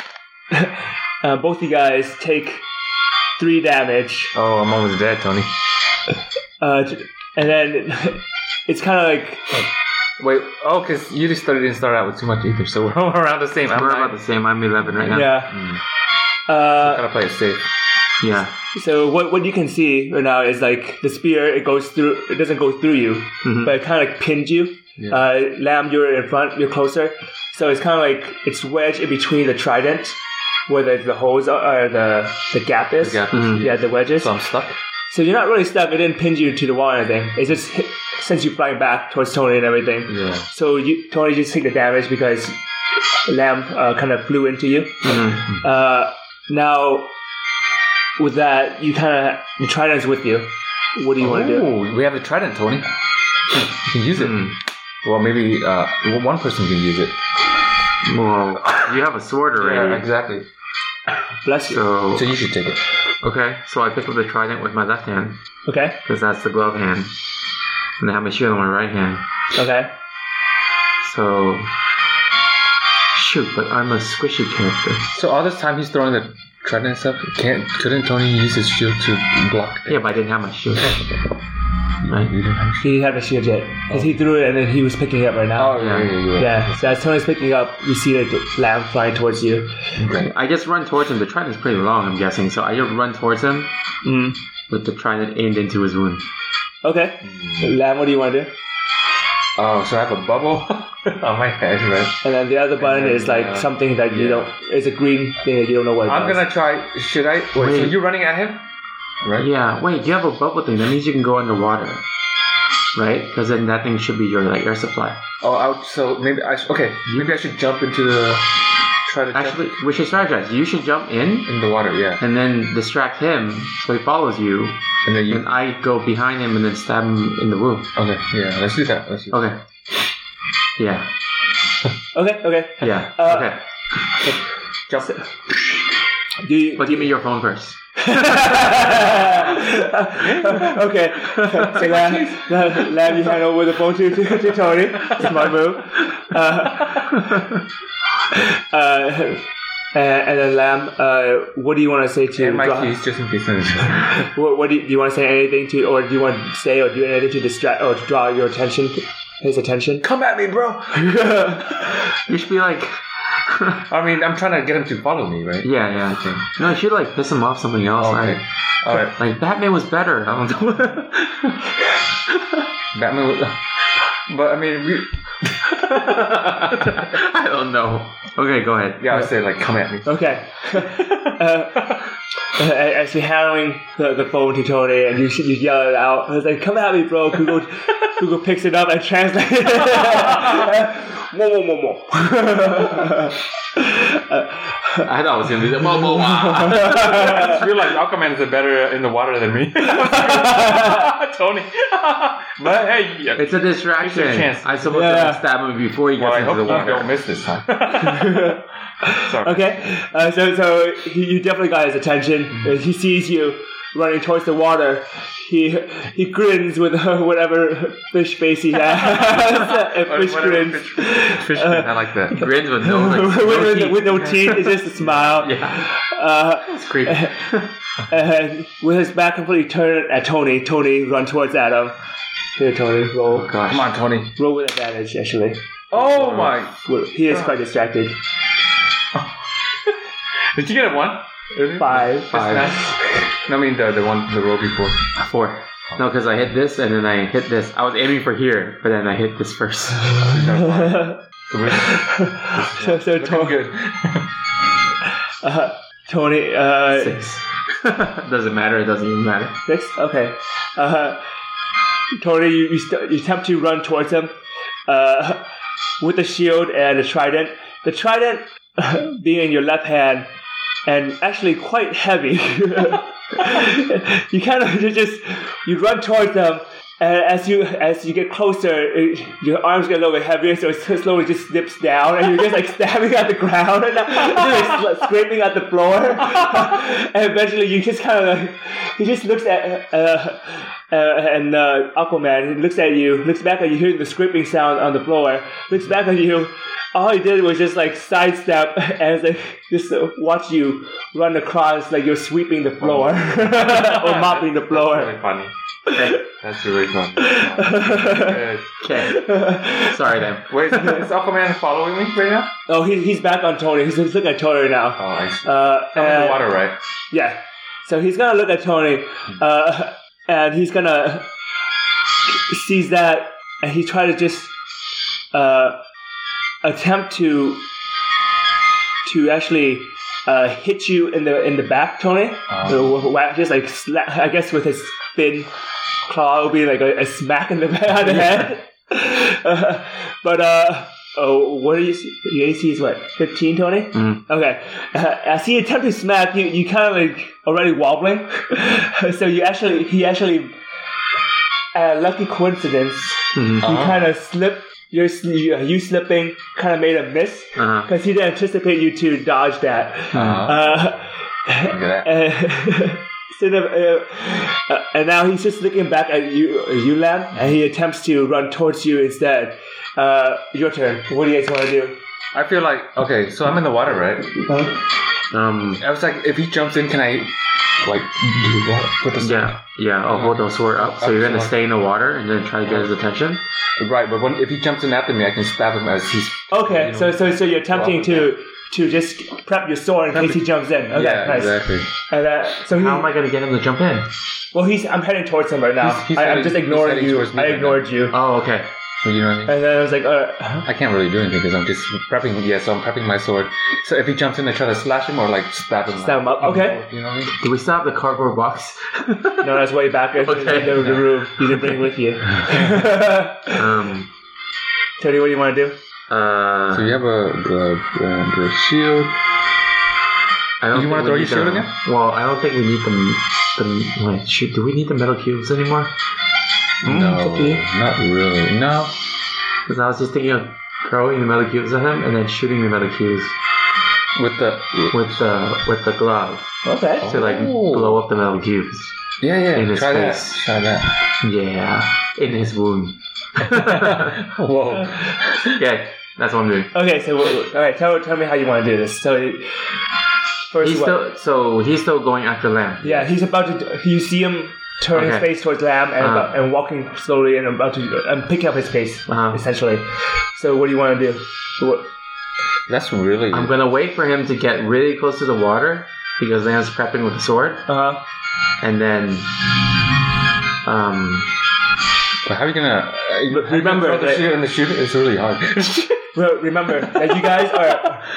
Speaker 5: uh, both you guys take three damage.
Speaker 6: Oh, I'm almost dead, Tony.
Speaker 5: Uh, t- and then it's kind of like
Speaker 6: Wait, oh, because you just started, didn't start out with too much either, so we're all around the same. I'm
Speaker 4: We're about
Speaker 6: not
Speaker 4: the same. I'm 11 right now.
Speaker 5: yeah.
Speaker 6: Mm.
Speaker 5: Uh,
Speaker 6: gonna play it safe.
Speaker 4: Yeah.
Speaker 5: So what what you can see right now is like the spear. It goes through. It doesn't go through you,
Speaker 4: Mhm.
Speaker 5: but it kind of like pinned you.
Speaker 6: Yeah.
Speaker 5: Uh, Lamb, you're in front. You're closer. So it's kind of like it's wedged in between the trident, where the, the holes are, or the the gap is.
Speaker 6: Yeah,
Speaker 4: Mhm.
Speaker 5: Yeah, the wedges.
Speaker 6: so I'm stuck.
Speaker 5: So you're not really stuck. It didn't pin you to the wall or anything. It just hit, sends you flying back towards Tony and everything.
Speaker 6: Yeah.
Speaker 5: So you Tony just take the damage because Lamb uh, kind of flew into you.
Speaker 4: Mhm.
Speaker 5: Uh, now, with that, you kind of the trident's with you. What do you want to do?
Speaker 6: Ooh, Oh, we have a trident, Tony. You can use it.
Speaker 4: Mm.
Speaker 6: Well, maybe uh, well, one person can use it.
Speaker 4: Well, you have a sword already.
Speaker 6: exactly.
Speaker 5: Bless you.
Speaker 4: So
Speaker 6: So you should take it.
Speaker 4: okay. So I pick up the trident with my left hand
Speaker 5: Okay.
Speaker 4: because that's the glove hand, and I have my shield in my right hand.
Speaker 5: Okay.
Speaker 4: So shoot, but I'm a squishy character.
Speaker 6: So all this time he's throwing the trident and stuff. Can't couldn't Tony use his shield to block?
Speaker 4: Yeah, but I didn't have my shield. Right.
Speaker 6: You didn't have.
Speaker 5: He didn't have a shield yet because he threw it and then he was picking it up right now.
Speaker 6: Oh yeah, yeah, yeah.
Speaker 5: Yeah. So as Tony's picking up, you see the lamb flying towards you.
Speaker 6: Great.
Speaker 4: I just run towards him. The trident's pretty long, I'm guessing. So I just run towards him
Speaker 5: Mm.
Speaker 4: with the trident aimed into his wound.
Speaker 5: Okay. Lamb, what do you want to do?
Speaker 6: Oh, so I have a bubble on my head, right?
Speaker 5: And then the other button
Speaker 6: then,
Speaker 5: is like
Speaker 6: uh,
Speaker 5: something that you
Speaker 6: yeah.
Speaker 5: don't. It's a green thing that you don't know what. It
Speaker 6: I'm
Speaker 5: does.
Speaker 6: gonna try. Should I? Wait, so
Speaker 4: Wait.
Speaker 6: you're running at him, right?
Speaker 4: Yeah, wait, you have a bubble thing. That means you can go underwater. Right? Because then that thing should be your like air supply.
Speaker 6: Oh, out. So maybe I. Sh- okay, maybe I should jump into the. Try to
Speaker 4: Actually,
Speaker 6: jump
Speaker 4: we should strategize. You should jump in
Speaker 6: in the water. Yeah,
Speaker 4: and then distract him so he follows you.
Speaker 6: and then you.
Speaker 4: And I go behind him and then stab him in the wound.
Speaker 6: Okay, yeah. Let's do that. Let's do that.
Speaker 4: Okay. Yeah.
Speaker 5: Okay. Okay.
Speaker 4: Yeah.
Speaker 5: Uh,
Speaker 4: okay.
Speaker 6: Jump.
Speaker 5: Do you,
Speaker 4: But give me your phone first.
Speaker 5: okay. So Lam, Lam, Lam, you hand over the phone to, to, to Tony. Smart move. Uh, uh, and, and then Lam, uh, what do you want to say to?
Speaker 6: And my
Speaker 5: Dra-
Speaker 6: keys, just in case. I-
Speaker 5: What, what do, you, do you want to say anything to, or do you want to say or do anything to distract or to draw your attention, his attention?
Speaker 6: Come at me, bro.
Speaker 4: You should be like,
Speaker 6: I mean, I'm trying to get him to follow me, right?
Speaker 4: yeah, yeah.
Speaker 6: Okay.
Speaker 4: No, you should like piss him off something else.
Speaker 6: Okay.
Speaker 4: Like,
Speaker 6: All right.
Speaker 4: like Batman was better. I don't know.
Speaker 6: Batman. Was, but I mean, we,
Speaker 4: I don't know. Okay, go ahead.
Speaker 6: yeah. I say like, come at me.
Speaker 5: Okay. uh, as you're handling the, the phone to Tony and you, you yell it out, I was like, come at me, bro. Google, Google picks it up and translates it. Whoa, whoa, whoa, whoa.
Speaker 4: I thought I was gonna do that. Whoa, whoa, whoa.
Speaker 6: I just realized Aquaman is better in the water than me. Tony. but hey, yeah.
Speaker 4: It's a distraction.
Speaker 6: It's your chance.
Speaker 4: I'm supposed
Speaker 5: Yeah.
Speaker 4: to like, stab him before he gets
Speaker 6: well, I
Speaker 4: into
Speaker 6: hope
Speaker 4: the
Speaker 6: you
Speaker 4: water.
Speaker 6: don't miss this time. Sorry.
Speaker 5: okay. Uh, so so he, you definitely got his attention. Uh,
Speaker 6: Mm-hmm.
Speaker 5: He sees you running towards the water. He he grins with whatever fish face he has. A fish
Speaker 6: Whatever,
Speaker 5: grins.
Speaker 6: Fish, fish
Speaker 5: Uh,
Speaker 6: grins, I like that.
Speaker 4: Grins with no, like,
Speaker 5: with,
Speaker 4: no
Speaker 5: with-
Speaker 4: teeth.
Speaker 5: with no teeth, it's just a smile.
Speaker 4: Yeah,
Speaker 5: Uh,
Speaker 4: it's creepy.
Speaker 5: and with his back completely turned at Tony, Tony run towards Adam. Here, Tony, roll,
Speaker 6: Come
Speaker 4: Gosh.
Speaker 6: on, Tony.
Speaker 5: roll with advantage. Actually,
Speaker 6: Oh my!
Speaker 5: Well, he is quite distracted.
Speaker 6: Did you get a one?
Speaker 5: Five.
Speaker 6: Five. No, I mean the the one the roll before.
Speaker 4: Four. No, because I hit this and then I hit this. I was aiming for here, but then I hit this first.
Speaker 5: so so
Speaker 6: Looking
Speaker 5: Tony,
Speaker 6: good.
Speaker 5: uh, Tony uh,
Speaker 4: Six. doesn't matter. It doesn't even matter.
Speaker 5: Six? Okay. Uh, Tony, you, you, st- you attempt to run towards him uh, with the shield and the trident. The trident being in your left hand and actually quite heavy. you kind of you just you run towards them, and Uh, as you as you get closer, it, your arms get a little bit heavier, so it slowly just slips down, and you're just like stabbing at the ground and uh, just, like, sl- scraping at the floor. and eventually, you just kind of like, he just looks at. Uh, uh, and uh, Aquaman looks at you, looks back at you, hearing the scraping sound on the floor, looks back at you. All he did was just like sidestep and like, just uh, watch you run across like you're sweeping the floor or mopping the floor.
Speaker 6: That's really funny. That's really funny. Good.
Speaker 4: Okay. Sorry then.
Speaker 6: Wait, is, is Aquaman following me right now?
Speaker 5: oh, he, he's back on Tony. He's, he's looking at Tony now.
Speaker 6: Oh, I see.
Speaker 5: Uh,
Speaker 6: I'm in the
Speaker 5: and-
Speaker 6: water, right?
Speaker 5: Yeah. So he's gonna look at Tony, uh, and he's gonna sees that, and he try to just uh, attempt to to actually uh, hit you in the in the back, Tony.
Speaker 6: Oh.
Speaker 5: Uh, wha- just like slap, I guess with his thin claw, would be like a, a smack in the back of the head. Uh, but uh, oh, what do you see? Your AC is what fifteen, Tony.
Speaker 4: Mm.
Speaker 5: Okay. Uh, as he attempted to smack you, you kind of like already wobbling. so you actually, he actually, uh, lucky coincidence,
Speaker 4: Mhm.
Speaker 5: you
Speaker 6: Uh-huh.
Speaker 5: kind of slipped. Your sl- you, you slipping kind of made a miss
Speaker 4: Uh-huh.
Speaker 5: because he didn't anticipate you to dodge that.
Speaker 6: Uh-huh.
Speaker 5: Uh,
Speaker 6: Look at that.
Speaker 5: and, instead of, uh, uh, and now he's just looking back at you, you Lam, and he attempts to run towards you instead. Uh, your turn. What do you guys want to do?
Speaker 6: I feel like okay, so I'm in the water, right?
Speaker 4: Um.
Speaker 6: I was like, if he jumps in, can I like do that with the sword?
Speaker 4: Yeah. Yeah. I'll hold the sword up. So you're gonna stay in the water and then try to get his attention.
Speaker 6: Right, but when, if he jumps in after me, I can stab him as he's.
Speaker 5: Okay,
Speaker 6: you know.
Speaker 5: so so so you're attempting to to just prep your sword in case he jumps in. Okay,
Speaker 6: yeah,
Speaker 5: Oh, nice.
Speaker 6: exactly.
Speaker 5: And uh, so he,
Speaker 4: How am I gonna get him to jump in?
Speaker 5: well, he's I'm heading towards him right now.
Speaker 6: He's- he's
Speaker 5: I,
Speaker 6: heading-
Speaker 5: I'm just
Speaker 6: he's
Speaker 5: ignoring
Speaker 6: heading
Speaker 5: you.
Speaker 6: towards me
Speaker 5: I
Speaker 6: right
Speaker 5: ignored you,
Speaker 4: Oh, okay.
Speaker 6: You know what I mean?
Speaker 5: and then I was like, uh,
Speaker 6: I can't really do anything because I'm just prepping. Yeah, so I'm prepping my sword. So if he jumps in, I try to slash him or like stab him.
Speaker 5: Stab him up, okay.
Speaker 6: You know what I mean?
Speaker 4: Do we still have the cardboard box?
Speaker 5: no, that's way back in
Speaker 4: Okay.
Speaker 5: in the, the room. You didn't bring it with you.
Speaker 4: um.
Speaker 5: Tony, what do you want to do?
Speaker 4: Uh.
Speaker 6: So you have a the, the, the shield.
Speaker 4: I don't
Speaker 6: You wanna
Speaker 4: think we
Speaker 6: throw
Speaker 4: need
Speaker 6: your shield
Speaker 4: the-
Speaker 6: again?
Speaker 4: Well, I don't think we need the the wait, shoot. Do we need the metal cubes anymore?
Speaker 6: No, not really. No.
Speaker 4: Because I was just thinking of throwing the metal cubes at him and then shooting the metal cubes
Speaker 6: With the
Speaker 4: with the with the glove
Speaker 5: Okay.
Speaker 4: to like
Speaker 6: Oh.
Speaker 4: blow up the metal cubes.
Speaker 6: yeah yeah.
Speaker 4: In his
Speaker 6: try
Speaker 4: face.
Speaker 6: that. Try that.
Speaker 4: Yeah, in his wound. yeah,
Speaker 6: Whoa.
Speaker 4: that's what I'm doing.
Speaker 5: Okay, so w- w- all right, tell tell me how you want to do this. So you- first,
Speaker 4: He's
Speaker 5: what?
Speaker 4: still so he's still going after Lamb.
Speaker 5: yeah, he's about to. You see him turn his
Speaker 4: Okay.
Speaker 5: face towards Lamb and,
Speaker 4: Uh-huh.
Speaker 5: about- and walking slowly and about to and picking up his pace
Speaker 4: Uh-huh.
Speaker 5: essentially. So what do you want to do? What,
Speaker 6: That's really.
Speaker 4: I'm gonna wait for him to get really close to the water because Lamb's prepping with the sword,
Speaker 5: uh huh.
Speaker 4: and then um
Speaker 6: But how are you gonna uh,
Speaker 5: But
Speaker 6: how are you gonna
Speaker 5: remember
Speaker 6: throw the
Speaker 5: that-
Speaker 6: shield and the shoot? It's really hard.
Speaker 5: Well, remember that you guys are.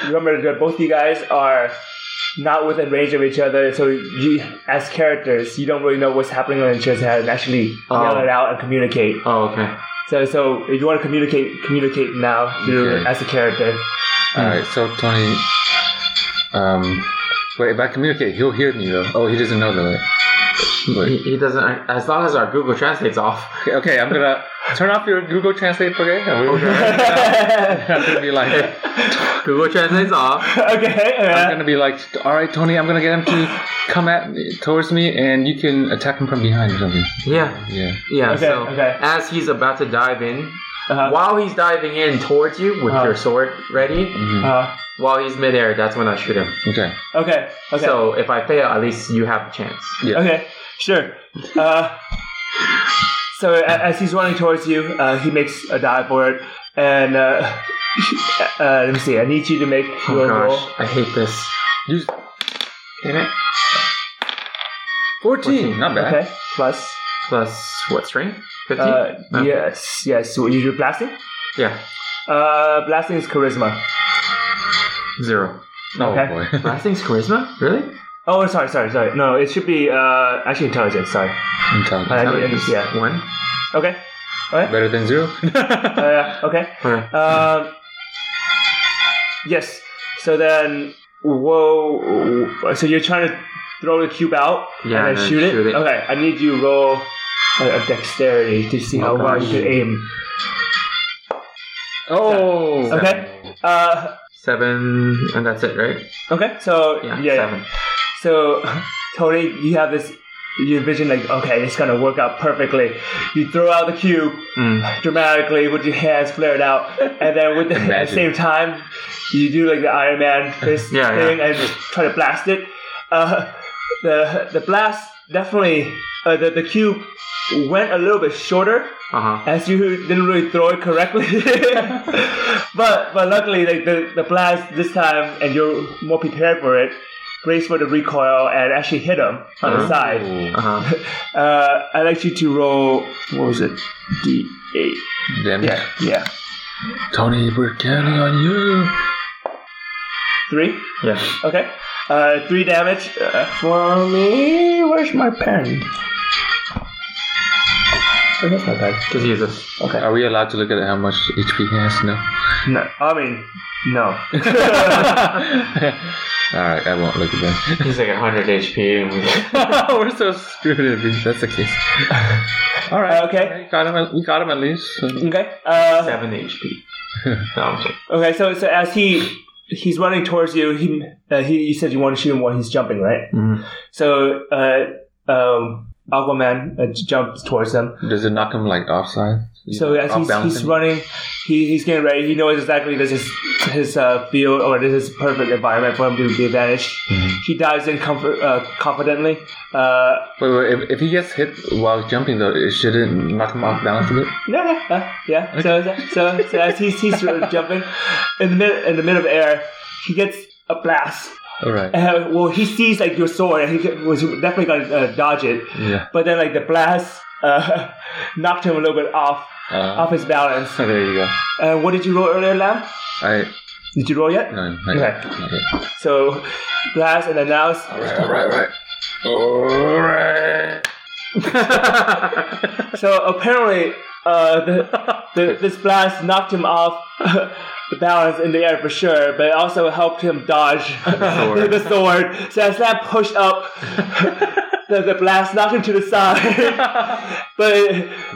Speaker 5: Remember that both you guys are not within range of each other. So you, as characters, you don't really know what's happening on each other's head and actually yell
Speaker 6: Um,
Speaker 4: Oh.
Speaker 5: it out and communicate.
Speaker 4: oh okay.
Speaker 5: So, so if you want to communicate, communicate now through
Speaker 6: Okay.
Speaker 5: as a character.
Speaker 6: All right, so Tony. Um, wait. If I communicate, he'll hear me though. Oh, he doesn't know though.
Speaker 4: He, he doesn't. As long as our Google Translate's off.
Speaker 6: Okay, okay, I'm gonna turn off your Google Translate, okay? And we're I'm gonna be like,
Speaker 4: Google Translate's off.
Speaker 5: okay.
Speaker 6: I'm
Speaker 5: Yeah.
Speaker 6: gonna be like, all right, Tony, I'm gonna get him to come at me, towards me, and you can attack him from behind or something.
Speaker 4: Yeah,
Speaker 6: Yeah.
Speaker 4: yeah.
Speaker 5: Okay,
Speaker 4: so
Speaker 5: okay.
Speaker 4: as he's about to dive in,
Speaker 5: Uh-huh.
Speaker 4: while he's diving in towards you with
Speaker 5: Uh-huh.
Speaker 4: your sword ready,
Speaker 5: Uh,
Speaker 4: while he's midair, that's when I shoot him.
Speaker 6: Mm-hmm. Okay.
Speaker 5: okay. Okay.
Speaker 4: So if I fail, at least you have a chance.
Speaker 6: Yeah.
Speaker 5: Okay, sure. Uh, so a- as he's running towards you, uh, he makes a dive for it, and uh, uh, let me see. I need you to make
Speaker 4: Oh
Speaker 5: your
Speaker 4: gosh,
Speaker 5: roll.
Speaker 4: I hate this.
Speaker 6: Use
Speaker 4: Damn it.
Speaker 6: 14. Not bad.
Speaker 5: Okay, plus.
Speaker 6: plus what string? Fifteen.
Speaker 5: Uh,
Speaker 4: Oh.
Speaker 5: Yes, yes. What you do blasting?
Speaker 6: Yeah.
Speaker 5: Uh, blasting is charisma.
Speaker 6: Zero. Oh
Speaker 5: Okay.
Speaker 6: boy.
Speaker 4: Blasting's charisma? Really?
Speaker 5: Oh, sorry, sorry, sorry. No, it should be uh, actually intelligence. Sorry.
Speaker 6: Intelligence.
Speaker 5: I-
Speaker 4: That was
Speaker 5: yeah.
Speaker 4: One?
Speaker 5: Okay.
Speaker 6: Better than zero.
Speaker 5: Uh, okay.
Speaker 4: Alright.
Speaker 5: Um. yes. So then, whoa. So you're trying to throw the cube out
Speaker 4: Yeah,
Speaker 5: and
Speaker 4: and
Speaker 5: then shoot it?
Speaker 4: shoot it.
Speaker 5: Okay, I need you to roll a, a dexterity to see how
Speaker 4: Oh,
Speaker 5: well you
Speaker 4: gosh.
Speaker 5: can aim.
Speaker 6: oh.
Speaker 5: Okay. Uh.
Speaker 4: Seven, and that's it, right?
Speaker 5: Okay. So
Speaker 4: Yeah,
Speaker 5: yeah.
Speaker 4: seven.
Speaker 5: So Tony, you have this. You envision like, okay, it's gonna work out perfectly. You throw out the cube
Speaker 4: Mm.
Speaker 5: dramatically with your hands flared out, and then with the, at the
Speaker 6: Imagine.
Speaker 5: same time, you do like the Iron Man fist
Speaker 4: Yeah, yeah.
Speaker 5: thing and try to blast it. Uh, the the blast definitely uh, the the cube went a little bit shorter
Speaker 4: Uh huh.
Speaker 5: as you didn't really throw it correctly. but but luckily, like the, the blast this time, and you're more prepared for it, brace for the recoil and actually hit him on the
Speaker 6: Oh.
Speaker 4: Uh-huh.
Speaker 5: side.
Speaker 6: Ooh.
Speaker 4: Uh huh.
Speaker 5: Uh, I'd like you to roll. What was it? D eight.
Speaker 6: Damn it.
Speaker 5: Yeah, yeah.
Speaker 6: Tony, we're counting on you.
Speaker 5: Three.
Speaker 4: Yeah.
Speaker 5: Okay. Uh, three damage uh, for me. Where's my pen? Oh, that's my pen.
Speaker 4: Just use this.
Speaker 5: Okay.
Speaker 6: Are we allowed to look at how much HP he has? No.
Speaker 5: No, I mean, no.
Speaker 6: All right, I won't look at that. Oh,
Speaker 4: He's like 100 HP. And we like,
Speaker 6: We're so screwed if that's the case. All right.
Speaker 5: Uh, okay.
Speaker 6: We got him. At, we got him at least.
Speaker 5: Okay. Uh,
Speaker 4: 7 HP. No, I'm joking.
Speaker 5: Okay, so so as he he's running towards you, he uh, he you said you want to shoot him while he's jumping, right?
Speaker 4: Mhm.
Speaker 5: So uh, um, Aquaman uh, j- jumps towards him.
Speaker 6: Does it knock him like offside?
Speaker 5: So as
Speaker 6: Off
Speaker 5: he's,
Speaker 6: balance
Speaker 5: he's
Speaker 6: him?
Speaker 5: running, he, he's getting ready. He knows exactly this is his uh, field or this is perfect environment for him to be advantaged.
Speaker 6: Mm-hmm.
Speaker 5: He dives in comfort, uh, confidently. Uh,
Speaker 6: Wait, wait. If, if he gets hit while jumping, though, it shouldn't knock him off balance a bit.
Speaker 5: No, no, uh, yeah. So, so, so as he's, he's uh, jumping in the mid, in the middle of air, he gets a blast
Speaker 6: All right.
Speaker 5: Uh, well, he sees like your sword, and he was definitely gonna uh, dodge it.
Speaker 6: Yeah.
Speaker 5: But then, like the blast uh, knocked him a little bit off
Speaker 6: Uh,
Speaker 5: off his balance.
Speaker 6: oh, there you go.
Speaker 5: Uh, what did you roll earlier, Lamb?
Speaker 6: I
Speaker 5: Did you roll yet?
Speaker 6: no. Not yet. Not yet.
Speaker 5: So, blast and then now.
Speaker 6: All right. All right. All right.
Speaker 5: So apparently, uh, the, the, this blast knocked him off. The balance in the air for sure, but it also helped him dodge
Speaker 4: sword.
Speaker 5: the sword. So as that pushed up, the, the blast knocked him to the side, but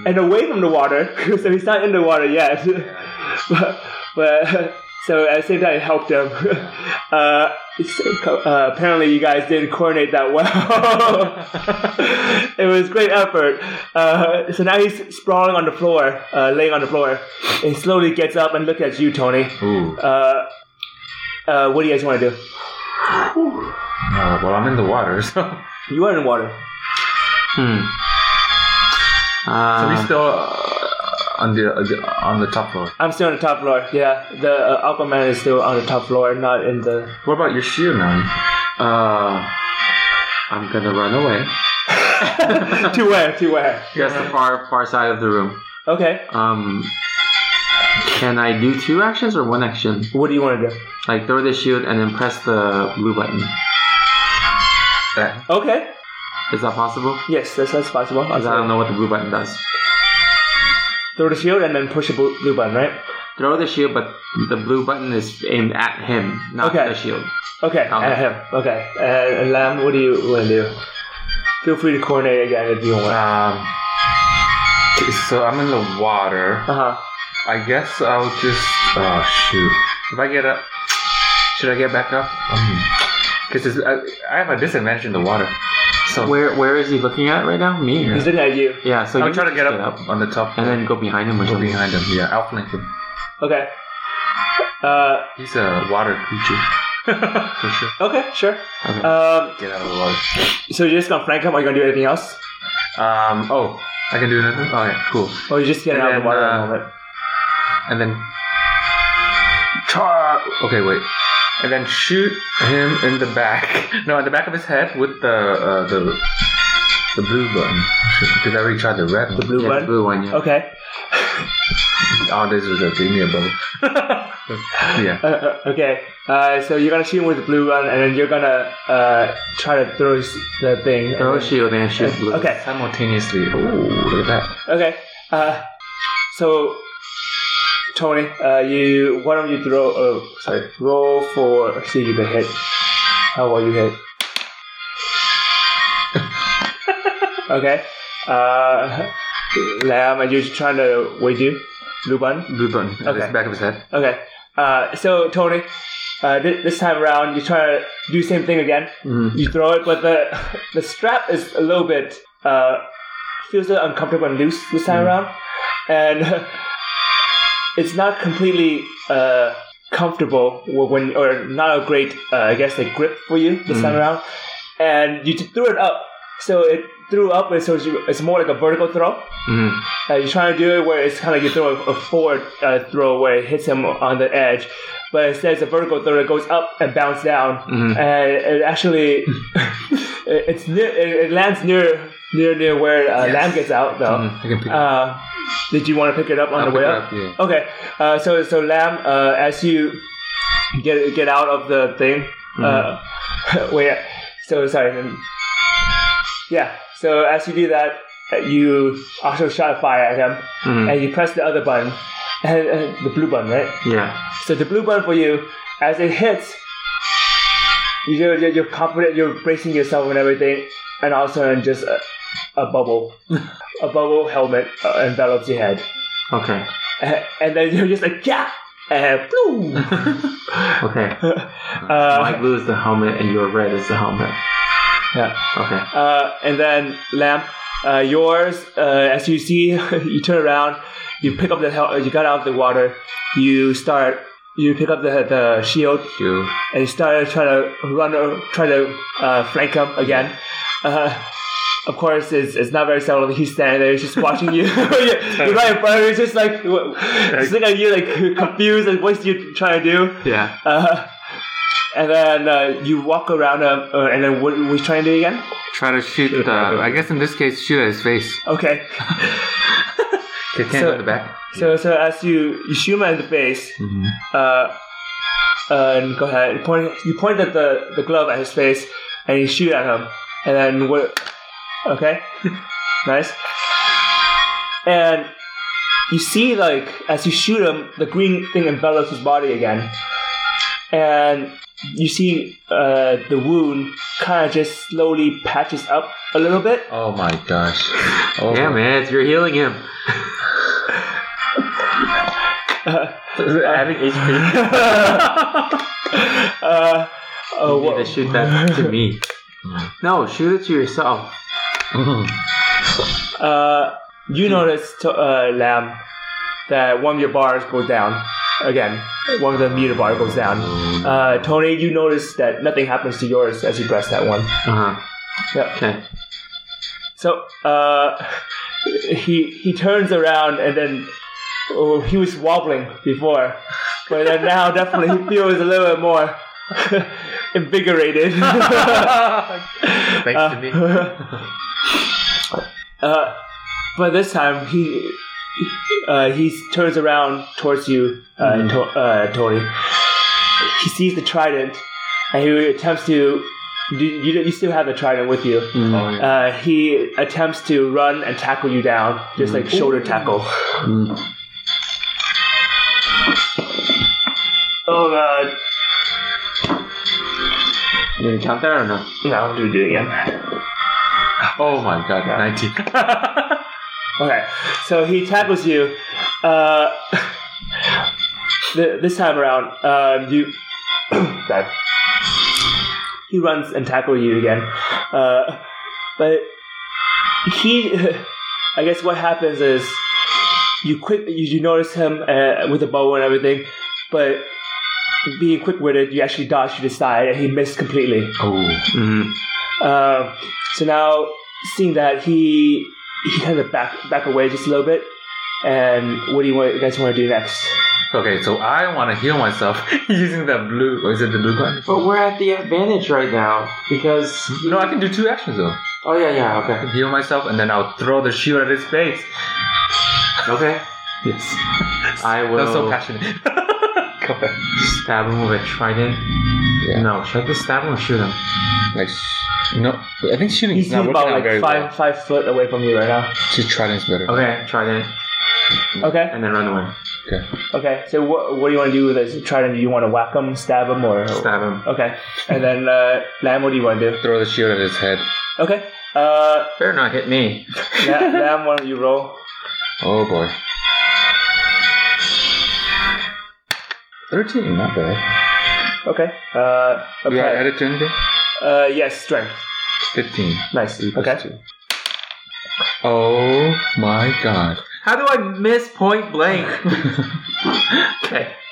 Speaker 5: and away from the water. So he's not in the water yet. But, but so at the same time, it helped him. Uh, it's- uh, apparently, you guys didn't coordinate that well. it was great effort. Uh, so now he's sprawling on the floor, uh, laying on the floor. And he slowly gets up and looks at you, Tony.
Speaker 6: Ooh.
Speaker 5: Uh, uh, what do you guys want to do?
Speaker 6: Uh, well, I'm in the water, so. So
Speaker 5: You are in water.
Speaker 4: Hmm.
Speaker 6: we
Speaker 4: Uh,
Speaker 6: still uh, on the uh, the- on the top floor.
Speaker 5: I'm still on the top floor. Yeah, the uh, Aquaman is still on the top floor, not in the.
Speaker 6: What about your shield now?
Speaker 4: uh, I'm gonna run away.
Speaker 5: to where? To where?
Speaker 4: That's the far far side of the room.
Speaker 5: Okay.
Speaker 4: Um, can I do two actions or one action?
Speaker 5: What do you want to do?
Speaker 4: Like throw the shield and then press the blue button.
Speaker 6: Uh,
Speaker 5: Okay.
Speaker 4: Is that possible?
Speaker 5: Yes, that's, that's possible.
Speaker 4: Because I don't know what the blue button does.
Speaker 5: Throw the shield and then push the blue, blue button, right?
Speaker 4: Throw the shield, but the blue button is aimed at him, not
Speaker 5: Okay.
Speaker 4: the shield.
Speaker 5: Okay,
Speaker 4: Um,
Speaker 5: at him. Okay. Uh, and Lam, what do you want to do? Feel free to coordinate again if you want.
Speaker 6: um. So I'm in the water.
Speaker 5: Uh huh.
Speaker 6: I guess I'll just. Oh shoot! If I get up, should I get back up? Because I, I have a disadvantage in the water, so
Speaker 4: Where where is he looking at right now? Me.
Speaker 5: He's looking at you.
Speaker 4: Yeah. So
Speaker 6: I'm
Speaker 4: you
Speaker 6: trying to get
Speaker 4: just
Speaker 6: up, on the top
Speaker 4: and then go behind him or
Speaker 6: go
Speaker 4: something.
Speaker 6: behind him. Yeah, outflank him.
Speaker 5: Okay. Uh,
Speaker 6: He's a water creature for sure.
Speaker 5: okay, sure.
Speaker 4: Okay.
Speaker 5: Um,
Speaker 6: Get out of the water.
Speaker 5: so you're just gonna flank him? Are you gonna do anything else?
Speaker 6: Um. Oh, I can do another. Oh yeah, cool.
Speaker 5: Or you just get
Speaker 6: And
Speaker 5: out of
Speaker 6: then,
Speaker 5: the water in a
Speaker 6: uh,
Speaker 5: moment?
Speaker 6: and then char. Okay, wait, and then shoot him in the back. No, in the back of his head with the uh, the The blue button. Because I already tried the red one.
Speaker 5: The blue
Speaker 4: Yeah,
Speaker 5: one?
Speaker 4: the blue one. Yeah.
Speaker 5: Okay.
Speaker 6: All this was a junior bubble. yeah.
Speaker 5: Uh, uh, okay. Uh, so you're gonna shoot him with the blue one, and then you're gonna uh, try to throw s- the thing.
Speaker 4: Throw a shield and shoot blue.
Speaker 5: Okay.
Speaker 6: Simultaneously. Ooh, look at that.
Speaker 5: Okay. Uh, so, Tony, uh, you why don't you throw? Uh, sorry, roll for see if you can hit. How well you hit? okay. Uh, Lam, are you trying to wait you? Luban?
Speaker 4: Blue button. at
Speaker 5: Okay.
Speaker 4: the back of his head.
Speaker 5: Okay. Uh, so Tony, uh, thi- this time around you try to do the same thing again.
Speaker 4: Mhm.
Speaker 5: You throw it, but the the strap is a little bit uh, feels a little uncomfortable and loose this time around, and it's not completely uh, comfortable wh- when or not a great uh, I guess like grip for you this time around, and you t- threw it up, so it threw up, and so it's, it's more like a vertical throw.
Speaker 4: Mhm.
Speaker 5: Uh, you're trying to do it where it's kind of like you throw a, a forward uh, throw where it hits him on the edge, but instead it's a vertical throw that goes up and bounce down, and uh, it actually it- it's near, it, it lands near near near where uh, Lamb gets out
Speaker 4: Mm-hmm.
Speaker 5: though.
Speaker 6: Mm, I can pick it
Speaker 5: Uh, did you want to pick it up on
Speaker 6: I'll
Speaker 5: the way
Speaker 6: pick it
Speaker 5: up?
Speaker 6: up, yeah.
Speaker 5: Okay, uh, so so Lamb, uh, as you get get out of the thing,
Speaker 6: Mm-hmm.
Speaker 5: uh, wait. So sorry. um, Yeah. So as you do that, uh, you also shot a fire at him,
Speaker 4: Mhm.
Speaker 5: and you press the other button, and, uh, the blue button, right?
Speaker 4: Yeah.
Speaker 5: So the blue button for you, as it hits, you're you're, you're confident, you're bracing yourself and everything, and also and just a, a bubble, a bubble helmet uh, envelops your head.
Speaker 4: Okay.
Speaker 5: Uh, and then you're just like yeah and boom
Speaker 4: Okay. My
Speaker 5: uh,
Speaker 4: blue is the helmet and your red is the helmet.
Speaker 5: yeah.
Speaker 4: Okay.
Speaker 5: uh, and then lamp uh, yours uh, as you see you turn around you pick up the hel- you got out of the water you start you pick up the, the shield
Speaker 6: you.
Speaker 5: and you start trying to run or try to uh, flank him again uh, of course, it's, it's not very subtle. He's standing there, he's just watching you. you're, you're right in front of him. He's just like, w- he's looking at you, like confused, like what's you trying to do?
Speaker 4: Yeah.
Speaker 5: Uh, and then uh, you walk around, uh, uh, and then what we trying to do again?
Speaker 4: Try to shoot the. I guess in this case, shoot at his face.
Speaker 5: Okay.
Speaker 6: Kick him
Speaker 5: So-
Speaker 6: in the back.
Speaker 5: So, so as you you shoot him in the face,
Speaker 4: Mm-hmm.
Speaker 5: uh, uh, and go ahead. You point you point at the, the glove at his face, and you shoot at him, and then what? Okay, nice. And you see, like as you shoot him, the green thing envelops his body again, and you see uh, the wound kind of just slowly patches up a little bit.
Speaker 6: Oh my gosh. Oh,
Speaker 4: Yeah, man, it's- you're healing him. Adding HP.
Speaker 5: uh, uh,
Speaker 4: You need to shoot that to me. Oh, No, shoot it to yourself.
Speaker 5: Uh, you notice, to, uh, Lam, that one of your bars goes down again. One of the meter bar goes down. Uh, Tony, you notice that nothing happens to yours as you press that one.
Speaker 4: Uh huh.
Speaker 5: Yeah.
Speaker 4: Okay.
Speaker 5: So uh, he he turns around and then oh, he was wobbling before, but then now definitely he feels a little bit more invigorated.
Speaker 4: Mm-hmm.
Speaker 6: Thanks to me.
Speaker 5: Uh, but this time he uh, he turns around towards you, uh, to- uh, Tori. He sees the trident, and he attempts to. You, you, you still have the trident with you.
Speaker 6: Oh, yeah.
Speaker 5: Uh, he attempts to run and tackle you down, just like shoulder tackle.
Speaker 4: Mm-hmm.
Speaker 5: Oh god!
Speaker 4: You gonna count that or no?
Speaker 5: No, I'm gonna do it again.
Speaker 6: oh my god, 19.
Speaker 5: Okay, so he tackles you. Uh, th- this time around, um, you. God. He runs and tackles you again. Uh, but he. I guess what happens is you quick you, you notice him uh, with the bow and everything, but being quick witted, you actually dodge to the side and he missed completely.
Speaker 6: Oh.
Speaker 4: Mm-hmm.
Speaker 5: Um, so now, seeing that he he kind of back back away just a little bit, and what do you, want, you guys want to do next?
Speaker 6: Okay, so I want to heal myself using the blue. Or is it the blue button?
Speaker 4: But we're at the advantage right now because
Speaker 6: No, I can do two actions though.
Speaker 4: Oh yeah, yeah. Okay.
Speaker 6: heal myself, and then I'll throw the shield at his face.
Speaker 4: Okay.
Speaker 6: Yes.
Speaker 4: I will.
Speaker 6: That was so passionate. Go back.
Speaker 4: Stab him with a trident.
Speaker 6: Yeah.
Speaker 4: No, should I just stab him or shoot him?
Speaker 6: Like, sh- no, I think shooting
Speaker 5: He's
Speaker 6: is not
Speaker 5: about
Speaker 6: working out
Speaker 5: like
Speaker 6: very
Speaker 5: five five foot away from you right now.
Speaker 6: well. Just trident's better.
Speaker 4: Okay, trident,
Speaker 5: Okay.
Speaker 4: and then run away.
Speaker 6: Okay.
Speaker 5: Okay. So what what do you want to do with this trident? Do you want to whack him, stab him, or
Speaker 6: Oh.
Speaker 4: Stab him.
Speaker 5: okay? And then uh, Lamb, what do you want to do?
Speaker 6: Throw the shield at his head.
Speaker 5: Okay. Uh,
Speaker 4: Better not hit me.
Speaker 5: Lam, Lamb, why don't you roll?
Speaker 6: Oh boy. Thirteen, not bad.
Speaker 5: Okay. Uh,
Speaker 6: Do
Speaker 5: okay.
Speaker 6: I add it to anything?
Speaker 5: Uh, yes, strength.
Speaker 6: Fifteen.
Speaker 5: Nice.
Speaker 6: Three plus
Speaker 5: Okay.
Speaker 6: two. Oh my god.
Speaker 4: How do I miss point blank? okay.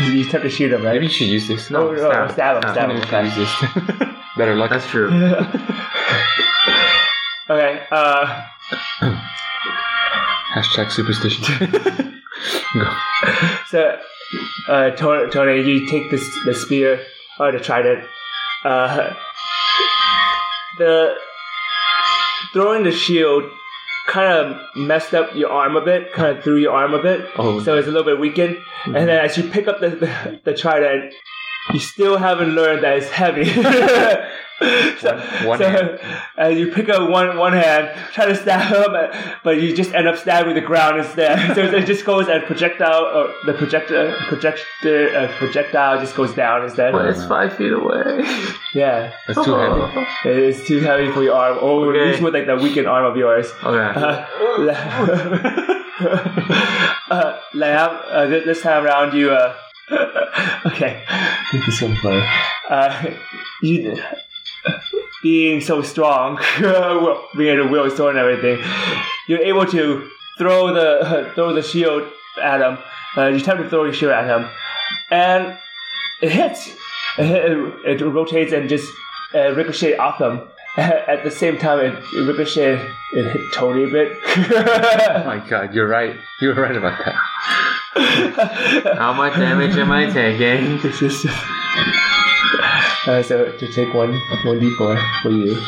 Speaker 5: You took a shoot him,
Speaker 6: Maybe
Speaker 5: right?
Speaker 6: you should use this.
Speaker 5: No, no,
Speaker 4: stab.
Speaker 5: stab him,
Speaker 4: Stab.
Speaker 5: stab him.
Speaker 6: Maybe you should use this. better luck.
Speaker 4: That's true.
Speaker 5: Okay. Uh,
Speaker 6: Hashtag superstition. Go.
Speaker 5: so, uh, Tony, Tony, you take this the spear or the trident. Uh, the throwing the shield kind of messed up your arm a bit, kind of threw your arm a bit,
Speaker 6: Oh. Mm-hmm.
Speaker 5: so it's a little bit weakened. And then as you pick up the, the, the trident, you still haven't learned that it's heavy. so,
Speaker 6: one
Speaker 5: so,
Speaker 6: hand.
Speaker 5: uh, you pick up one one hand, try to stab him, uh, but you just end up stabbing the ground instead. so it just goes and projectile, or the projector, projector, uh, projectile just goes down instead.
Speaker 4: But it's five feet away.
Speaker 5: Yeah,
Speaker 6: That's too heavy.
Speaker 5: it is too heavy for your arm, Oh, or
Speaker 4: Okay.
Speaker 5: at least with like the weakened arm of yours.
Speaker 4: Okay.
Speaker 5: Uh, uh, Lamb, uh, this, this time around you. Uh, okay, this is so
Speaker 6: Oh
Speaker 5: funny. Uh, you being so strong, being able to wield sword and everything, you're able to throw the throw the shield at him. Uh, you attempt to throw your shield at him, and it hits. It, it rotates and just uh, ricochets off him. At the same time, it, it ricocheted. It hit Tony a
Speaker 6: Oh
Speaker 5: bit.
Speaker 6: my god, you're right. You're right about that.
Speaker 4: How much damage am I taking?
Speaker 5: This is. Uh, so to take one one d four for you.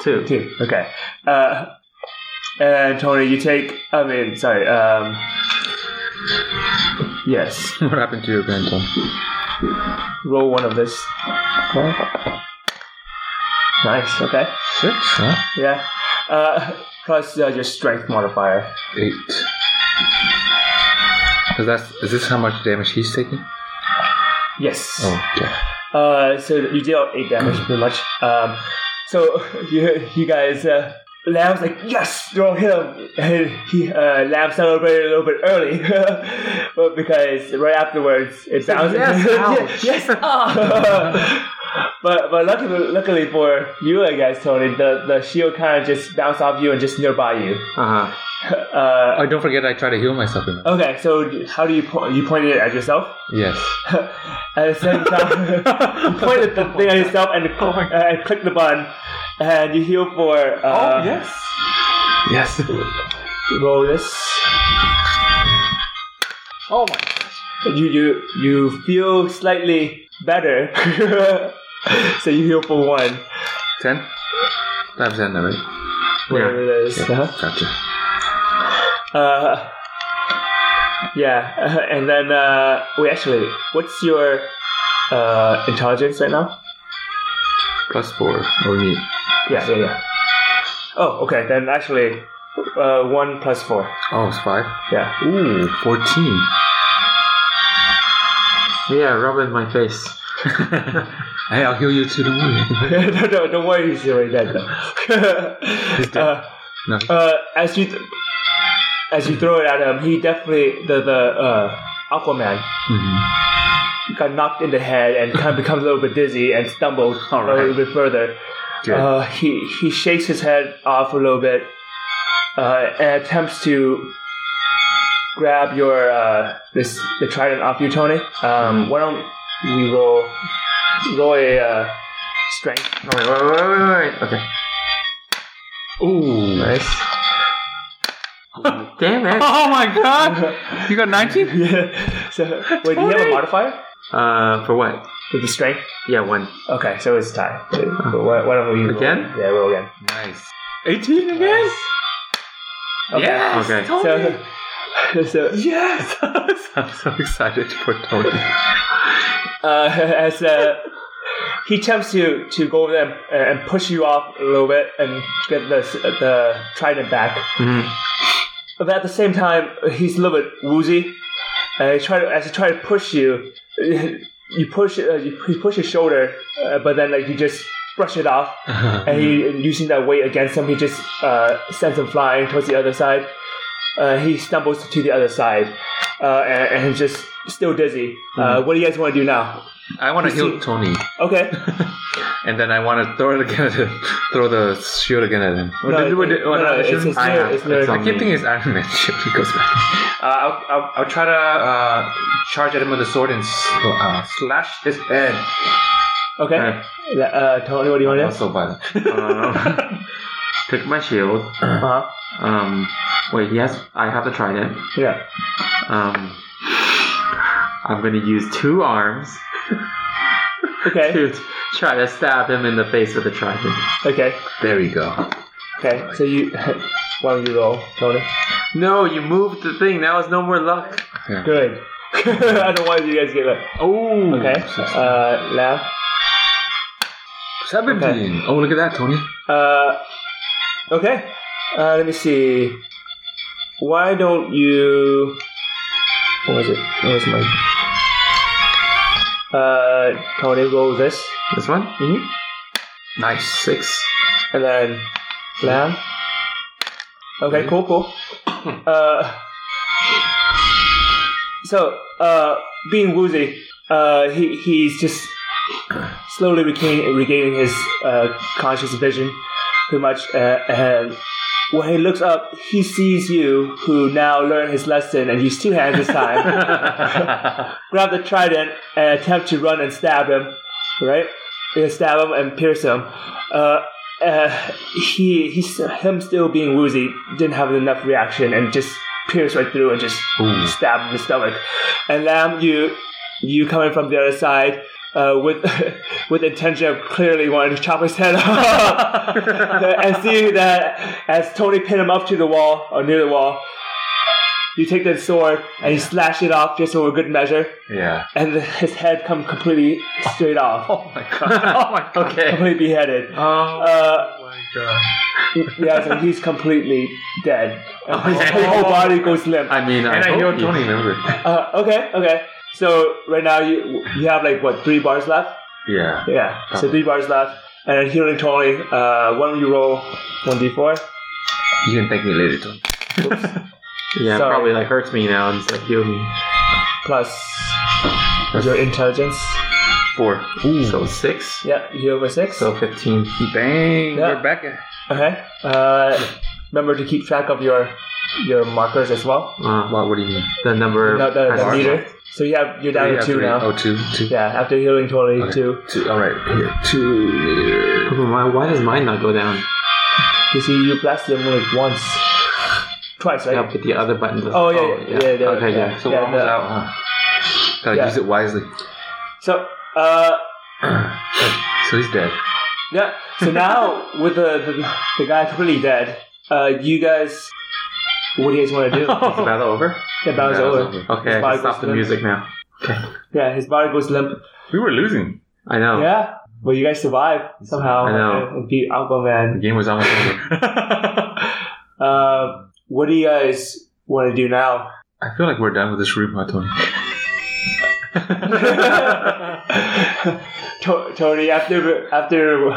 Speaker 4: Two.
Speaker 5: Two. Okay. Uh, and Tony, you take. I mean, sorry. Um, yes.
Speaker 6: What happened to your grandson?
Speaker 5: Roll one of this. Nice. Okay.
Speaker 6: Six, huh?
Speaker 5: Yeah. Uh, plus uh, your strength modifier.
Speaker 6: Eight. Is that is this how much damage he's taking?
Speaker 5: Yes.
Speaker 6: Oh, okay.
Speaker 5: Uh, so you deal eight damage pretty much. Um, so you you guys, uh, Lamb's like yes, throw him. And he uh, Lamb celebrated a little bit early, but because right afterwards it sounds
Speaker 4: yes, ouch.
Speaker 5: yes, ah. But, but luckily, luckily for you, I guess, Tony, the, the shield kind of just bounced off you and just nearby you.
Speaker 4: Uh huh.
Speaker 5: Uh,
Speaker 6: Oh, don't forget I try to heal myself. In that.
Speaker 5: okay, so how do you po- you pointed it at yourself?
Speaker 6: Oh. Yes.
Speaker 5: at the same time, point at the thing at yourself and, uh, and click the button, and you heal for.
Speaker 6: Oh,
Speaker 5: Uh,
Speaker 6: Yes.
Speaker 5: Roll this.
Speaker 6: Oh my.
Speaker 5: You you you feel slightly better, so you heal for one.
Speaker 6: Ten. Times ten, right?
Speaker 5: Whatever it is.
Speaker 6: Yeah.
Speaker 5: Uh-huh.
Speaker 6: Gotcha.
Speaker 5: Uh, yeah, and then uh, wait. Actually, what's your uh, intelligence right now?
Speaker 6: Plus four or me.
Speaker 5: Yeah, yeah, yeah. Oh, okay. Then actually, uh, one plus four.
Speaker 6: Oh, it's five.
Speaker 5: Yeah.
Speaker 6: Ooh, fourteen.
Speaker 4: Yeah, rub it in my face.
Speaker 6: Hey, I'll heal you too. Don't worry.
Speaker 5: no, no, don't worry, he's already dead. though. uh,
Speaker 6: no.
Speaker 5: uh, as you th- as you throw it at him, he definitely the the uh, Aquaman
Speaker 6: Mhm.
Speaker 5: got knocked in the head and kind of becomes a little bit dizzy and stumbles
Speaker 6: All
Speaker 5: a
Speaker 6: right.
Speaker 5: little bit further.
Speaker 6: Good.
Speaker 5: Uh, he he shakes his head off a little bit uh, and attempts to grab your uh, this the trident off you, Tony.
Speaker 6: Mm-hmm.
Speaker 5: Um, Why don't we roll roll a uh, strength?
Speaker 4: Oh, wait, wait, wait, wait, wait. Okay.
Speaker 6: Ooh.
Speaker 4: Nice. Damn it.
Speaker 6: Oh my god! You got nineteen.
Speaker 5: Yeah. So, wait, do you have a
Speaker 6: Tony!
Speaker 5: modifier?
Speaker 4: Uh, for what?
Speaker 5: With the strength?
Speaker 4: Yeah, one.
Speaker 5: Okay, so it's tie. But why, why don't we roll?
Speaker 4: Again?
Speaker 5: Yeah, roll again.
Speaker 6: Nice. 18 again?
Speaker 5: Okay.
Speaker 6: Yes!
Speaker 4: Okay.
Speaker 6: Tony!
Speaker 5: So, so
Speaker 6: yes! I'm so excited for Tony.
Speaker 5: uh, as uh, he attempts to, to go over them and and push you off a little bit and get the, the trident back.
Speaker 4: Mm-hmm.
Speaker 6: Mhm.
Speaker 5: But at the same time, he's a little bit woozy. And he try to, as he try to push you, you push uh, you, you push his shoulder, uh, but then like you just brush it off. And he, and using that weight against him, he just uh, sends him flying towards the other side. Uh, he stumbles to the other side, uh, and, and he's just still dizzy. Uh, what do you guys want to do now?
Speaker 6: I want to
Speaker 5: You
Speaker 6: heal
Speaker 5: see-
Speaker 6: Tony.
Speaker 5: Okay.
Speaker 6: And then I want to throw it again at him. Throw the shield again at him.
Speaker 5: No, it- no, no, it's- it's
Speaker 6: I-
Speaker 5: lyric- it's lyric.
Speaker 6: I keep thinking it's Iron Man shield. He goes back. Uh, I'll, I'll, I'll try to uh, charge at him with the sword and sl- uh, slash his head.
Speaker 5: Okay.
Speaker 4: Alright.
Speaker 5: Uh, Tony, what do you want to do?
Speaker 6: Also Oh, violent.
Speaker 4: Um, pick my shield.
Speaker 5: Uh-huh.
Speaker 4: Um, wait, yes, I have the trident.
Speaker 5: Yeah.
Speaker 4: Um, I'm gonna use two arms
Speaker 5: Okay.
Speaker 4: to try to stab him in the face with the trident.
Speaker 5: Okay.
Speaker 6: There we go.
Speaker 5: Okay. So you, why don't you roll, Tony?
Speaker 4: No, you moved the thing. Now it's no more luck.
Speaker 5: Good. Otherwise, you guys get like
Speaker 6: Oh.
Speaker 5: okay. Uh, now,
Speaker 6: 17.
Speaker 5: Okay.
Speaker 6: Oh, look at that, Tony.
Speaker 5: uh, okay. Uh, let me see. Why don't you? What was it? What was my? Uh, Tony, roll this,
Speaker 4: This one?
Speaker 5: Mhm.
Speaker 6: Nice. Six.
Speaker 5: and then Lamb. Okay, cool, cool. Uh, so, uh, being woozy, uh, he, he's just slowly regaining, regaining his uh, conscious vision, pretty much. Uh, and when he looks up, he sees you, who now learned his lesson and used two hands this time,
Speaker 4: Oh
Speaker 5: grab the trident and attempt to run and stab him, right? You stab him and pierce him. Uh, uh, he, he's him still being woozy, didn't have enough reaction and just pierced right through and just
Speaker 6: Ooh.
Speaker 5: stab in the stomach. And Lam, you you coming from the other side uh, with with intention of clearly wanting to chop his head off, and see that as Tony pinned him up to the wall or near the wall. You take that sword and you slash it off just for good measure,
Speaker 6: Yeah.
Speaker 5: and his head come completely straight off,
Speaker 6: Oh my god. oh my god. Okay.
Speaker 5: completely beheaded.
Speaker 6: Oh
Speaker 5: Uh,
Speaker 6: my god.
Speaker 5: yeah, so he's completely dead.
Speaker 4: Oh, yeah.
Speaker 5: His whole body goes limp.
Speaker 4: I mean,
Speaker 6: And I
Speaker 4: hope
Speaker 6: healed
Speaker 4: you-
Speaker 6: Tony, remember?
Speaker 5: Uh, okay, okay. So right now you you have like what three bars left?
Speaker 6: Yeah.
Speaker 5: Yeah. So
Speaker 6: Probably.
Speaker 5: three bars left, and then healing Tony. Uh, why don't you roll one d four?
Speaker 6: You can thank me later, Tony.
Speaker 4: Yeah, it
Speaker 5: Sorry.
Speaker 4: probably like hurts me now instead of heal me.
Speaker 5: Plus your intelligence.
Speaker 6: Four.
Speaker 4: So six.
Speaker 5: Yeah, you over six.
Speaker 4: So fifteen.
Speaker 6: Dang.
Speaker 5: Yeah.
Speaker 6: We're back. at-
Speaker 5: Okay. Uh, remember to keep track of your your markers as well.
Speaker 4: Uh, what, what do you mean? The number.
Speaker 5: No, the, the
Speaker 4: has-
Speaker 5: meter. So you have you're down
Speaker 6: Three
Speaker 5: to two now.
Speaker 6: after- Oh, two. Two.
Speaker 5: Yeah, after healing Tony,
Speaker 6: Okay.
Speaker 5: two.
Speaker 6: two. All right. Here. Two.
Speaker 4: Why, why does mine not go down?
Speaker 5: You see, you blasted him like once, twice, right?
Speaker 4: Yeah, but the other button doesn't.
Speaker 5: Oh, yeah, yeah, yeah, yeah,
Speaker 4: okay,
Speaker 5: yeah.
Speaker 4: yeah.
Speaker 6: So
Speaker 5: Yeah,
Speaker 6: we're almost
Speaker 5: the-
Speaker 6: out, huh? Gotta
Speaker 5: Yeah.
Speaker 6: use it wisely.
Speaker 5: So, uh.
Speaker 6: so he's dead.
Speaker 5: Yeah. So now with the the, the guy completely dead, uh, you guys, what do you guys want to do?
Speaker 4: Is the battle over?
Speaker 5: the battle's
Speaker 6: Battle's
Speaker 5: over.
Speaker 6: over.
Speaker 4: Okay, I
Speaker 5: body
Speaker 4: can stop
Speaker 5: goes
Speaker 4: the
Speaker 5: limp.
Speaker 4: music now.
Speaker 5: Yeah, his body goes limp.
Speaker 6: We were losing.
Speaker 4: I know.
Speaker 5: Yeah. But you guys survive somehow
Speaker 4: Oh. I know.
Speaker 5: and- and beat
Speaker 6: The
Speaker 5: Aquaman.
Speaker 6: game was almost over.
Speaker 5: Uh, what do you guys want to do now?
Speaker 6: I feel like we're done with this room, huh, Tony?
Speaker 5: To- Tony, after after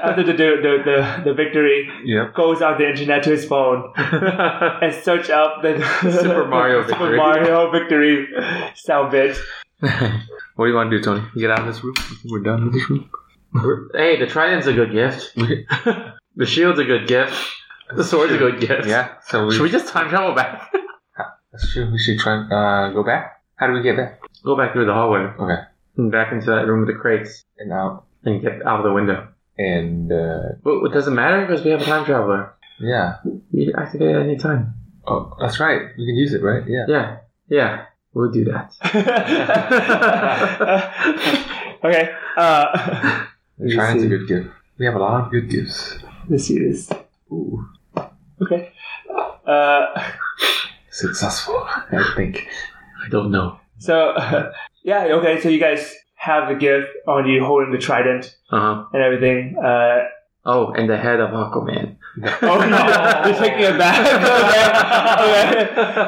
Speaker 5: after the the, the the the victory,
Speaker 6: Yep.
Speaker 5: goes on the internet to his phone and search up the
Speaker 6: Super Mario
Speaker 5: Super
Speaker 6: victory.
Speaker 5: Mario victory sound bit.
Speaker 6: what do you want to do, Tony? Get out of this room. We're done with this room.
Speaker 4: Hey, the trident's a good gift. the shield's a good gift. The sword's a good gift.
Speaker 6: Yeah. So we,
Speaker 4: Should we just time travel back?
Speaker 6: should we should try uh, go back. How do we get back?
Speaker 4: Go back through the hallway
Speaker 6: Okay.
Speaker 4: and back into that room with the crates
Speaker 6: And out.
Speaker 4: and get out of the window.
Speaker 6: And uh,
Speaker 4: But it doesn't matter because we have a time traveler.
Speaker 6: yeah.
Speaker 4: You can activate it at any time.
Speaker 6: Oh, that's right. We can use it, right? Yeah.
Speaker 4: Yeah. Yeah. We'll do that.
Speaker 5: okay. Uh, let's
Speaker 6: Trying's a
Speaker 5: see.
Speaker 6: good gift. We have a lot of good gifts.
Speaker 5: Let's see this.
Speaker 6: Ooh,
Speaker 5: Okay. Uh,
Speaker 6: successful, I think.
Speaker 4: I don't know.
Speaker 5: so yeah. Okay. So you guys have the gift on you, holding the trident
Speaker 4: Uh huh.
Speaker 5: and everything. Uh,
Speaker 4: Oh, and the head of Aquaman.
Speaker 5: oh no! You're taking it back.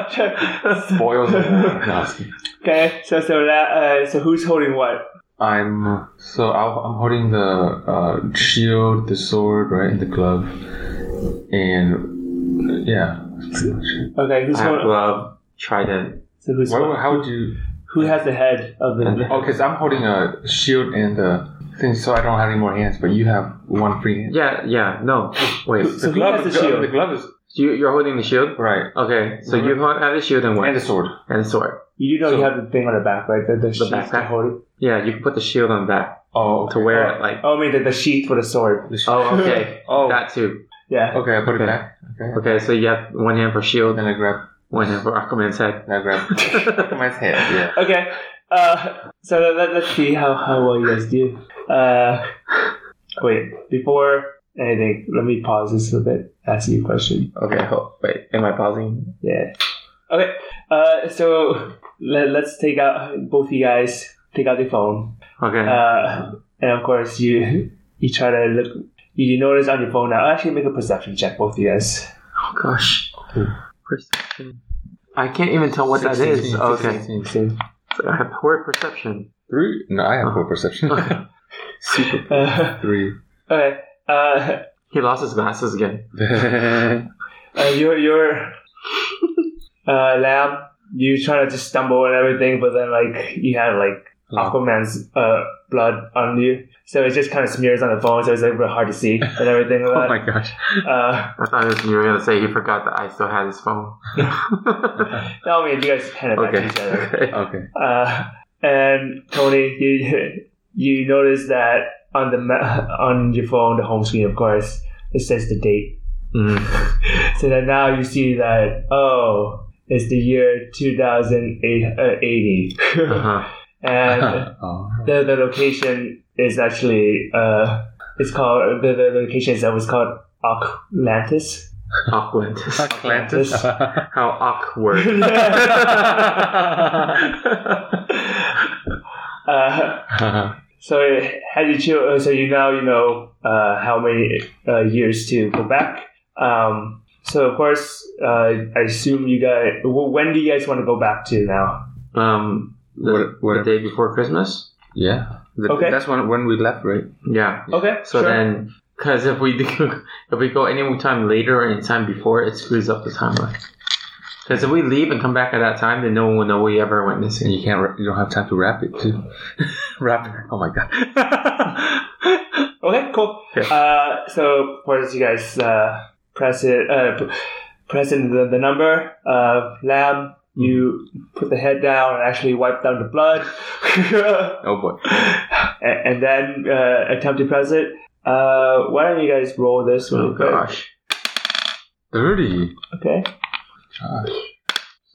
Speaker 5: okay. okay.
Speaker 6: Spoils. of war. No, it's-
Speaker 5: Okay. So so that uh, so who's holding what?
Speaker 6: I'm so I'll, I'm holding the uh, shield, the sword, right, and the glove, and yeah. that's pretty much it.
Speaker 5: Okay. Who's
Speaker 4: I have
Speaker 5: holding?
Speaker 4: glove, trident.
Speaker 5: So who's
Speaker 6: Why, would- how would you?
Speaker 5: who has the head of the?
Speaker 6: Oh, because I'm holding a shield and the thing, so I don't have any more hands. But you have one free hand.
Speaker 4: Yeah, yeah. No, wait.
Speaker 5: So who has the
Speaker 6: is-
Speaker 5: shield?
Speaker 6: The glove is
Speaker 4: You, you're holding the shield.
Speaker 6: right,
Speaker 4: Okay, so you hold have the shield and what?
Speaker 6: and the sword.
Speaker 4: And the sword.
Speaker 5: You do know
Speaker 6: So-
Speaker 5: you have the thing on the back, right? The, the, sheath to
Speaker 4: backpack?
Speaker 5: hold it.
Speaker 4: Yeah, you can put the shield on back
Speaker 6: Oh,
Speaker 4: to wear it like.
Speaker 5: Oh, I mean the, the sheath for the sword.
Speaker 6: The shield.
Speaker 4: Oh, okay.
Speaker 6: Oh.
Speaker 4: that too.
Speaker 5: Yeah.
Speaker 6: Okay, I put
Speaker 4: Okay.
Speaker 6: it back. Okay.
Speaker 4: Okay, so you have one hand for shield,
Speaker 6: Then I grab.
Speaker 4: one hand for Aquaman's head.
Speaker 6: Then I grab my head. Yeah.
Speaker 5: Okay. Uh, so let, let, let's see how, how well you guys do. Uh, wait, before anything, let me pause this a bit, ask you a question.
Speaker 4: Okay, hold, wait. Am I pausing?
Speaker 5: Yeah. Okay. Uh, so let, let's take out both you guys, take out the phone.
Speaker 4: Okay.
Speaker 5: Uh, and of course, you you try to look, you notice on your phone now. Actually, make a perception check, both you guys.
Speaker 4: oh gosh. Perception. I can't even tell what that is.
Speaker 6: 16,
Speaker 4: okay.
Speaker 6: 16.
Speaker 4: So I have poor perception.
Speaker 6: Three? No, I have poor perception. Super
Speaker 5: Uh,
Speaker 6: three.
Speaker 5: okay. Uh,
Speaker 4: He lost his glasses again.
Speaker 5: Uh, you're you're uh, lamb. You trying to just stumble and everything, but then like you have like Aquaman's uh, blood on you, so it just kind of smears on the phone, so it's like real hard to see and everything.
Speaker 4: Oh
Speaker 5: Like
Speaker 4: my
Speaker 5: that.
Speaker 4: gosh.
Speaker 5: uh,
Speaker 4: I thought it was, you were gonna say he forgot that I still had his phone.
Speaker 5: no, I mean you guys kind of
Speaker 4: okay.
Speaker 5: match each other.
Speaker 4: okay.
Speaker 6: okay.
Speaker 5: Uh, and Tony, you you notice that on the ma- on your phone, the home screen, of course, it says the date
Speaker 4: Mhm.
Speaker 5: So then now you see that, oh, it's the year 2080.
Speaker 4: Uh-huh.
Speaker 5: uh, and
Speaker 6: oh.
Speaker 5: the, the location is actually, uh, it's called, the, the location itself is called Atlantis.
Speaker 4: Awkward.
Speaker 5: Atlantis.
Speaker 4: How awkward.
Speaker 5: uh, so it- had you cho- uh, so you now you know uh, how many uh, years to go back. Um, so of course, uh, I assume you guys, wh- when do you guys want to go back to now?
Speaker 4: Um, the,
Speaker 6: What- what-
Speaker 4: the day before Christmas.
Speaker 6: yeah. The-
Speaker 5: Okay.
Speaker 6: That's when when we left, right?
Speaker 4: Yeah.
Speaker 5: Okay,
Speaker 4: So
Speaker 5: sure.
Speaker 4: then, because if we do, if we go any time later or any time before, it screws up the timeline. Because if we leave and come back at that time, then no one will know we ever went
Speaker 6: And
Speaker 4: missing.
Speaker 6: you can't. Ra- you don't have time to wrap it too. wrap. it. Oh my god.
Speaker 5: Okay, cool.
Speaker 4: Yeah.
Speaker 5: Uh, so of course, you guys uh, press it, uh, p- press in the, the number. Uh, Lamb,
Speaker 4: Mm-hmm.
Speaker 5: you put the head down and actually wipe down the blood,
Speaker 6: Oh boy.
Speaker 5: and, and then uh, attempt to press it. Uh, why don't you guys roll this
Speaker 4: Oh
Speaker 5: really quick?
Speaker 4: gosh.
Speaker 6: Thirty.
Speaker 5: Okay.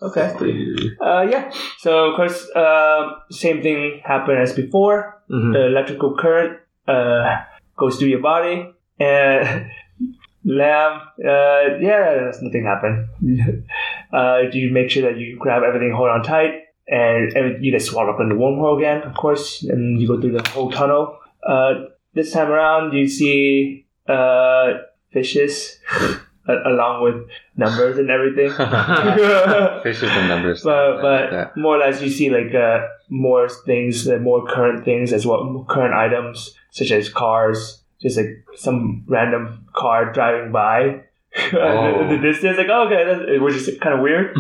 Speaker 5: Okay.
Speaker 6: Thirty.
Speaker 5: Uh, yeah. So of course, um same thing happened as before.
Speaker 4: Mhm.
Speaker 5: the electrical current uh, goes through your body and lamb uh, yeah there's nothing happened uh, you make sure that you grab everything hold on tight and, every- you get swallowed up in the wormhole again of course and you go through the whole tunnel uh, this time around you see uh, fishes a- along with numbers and everything
Speaker 6: Fishes and numbers.
Speaker 5: but but
Speaker 6: That-
Speaker 5: more or less you see like uh, more things, uh, more current things as well, current items such as cars, just like some random car driving by.
Speaker 6: Oh.
Speaker 5: in the distance, like oh, okay, that's, which is kind of weird.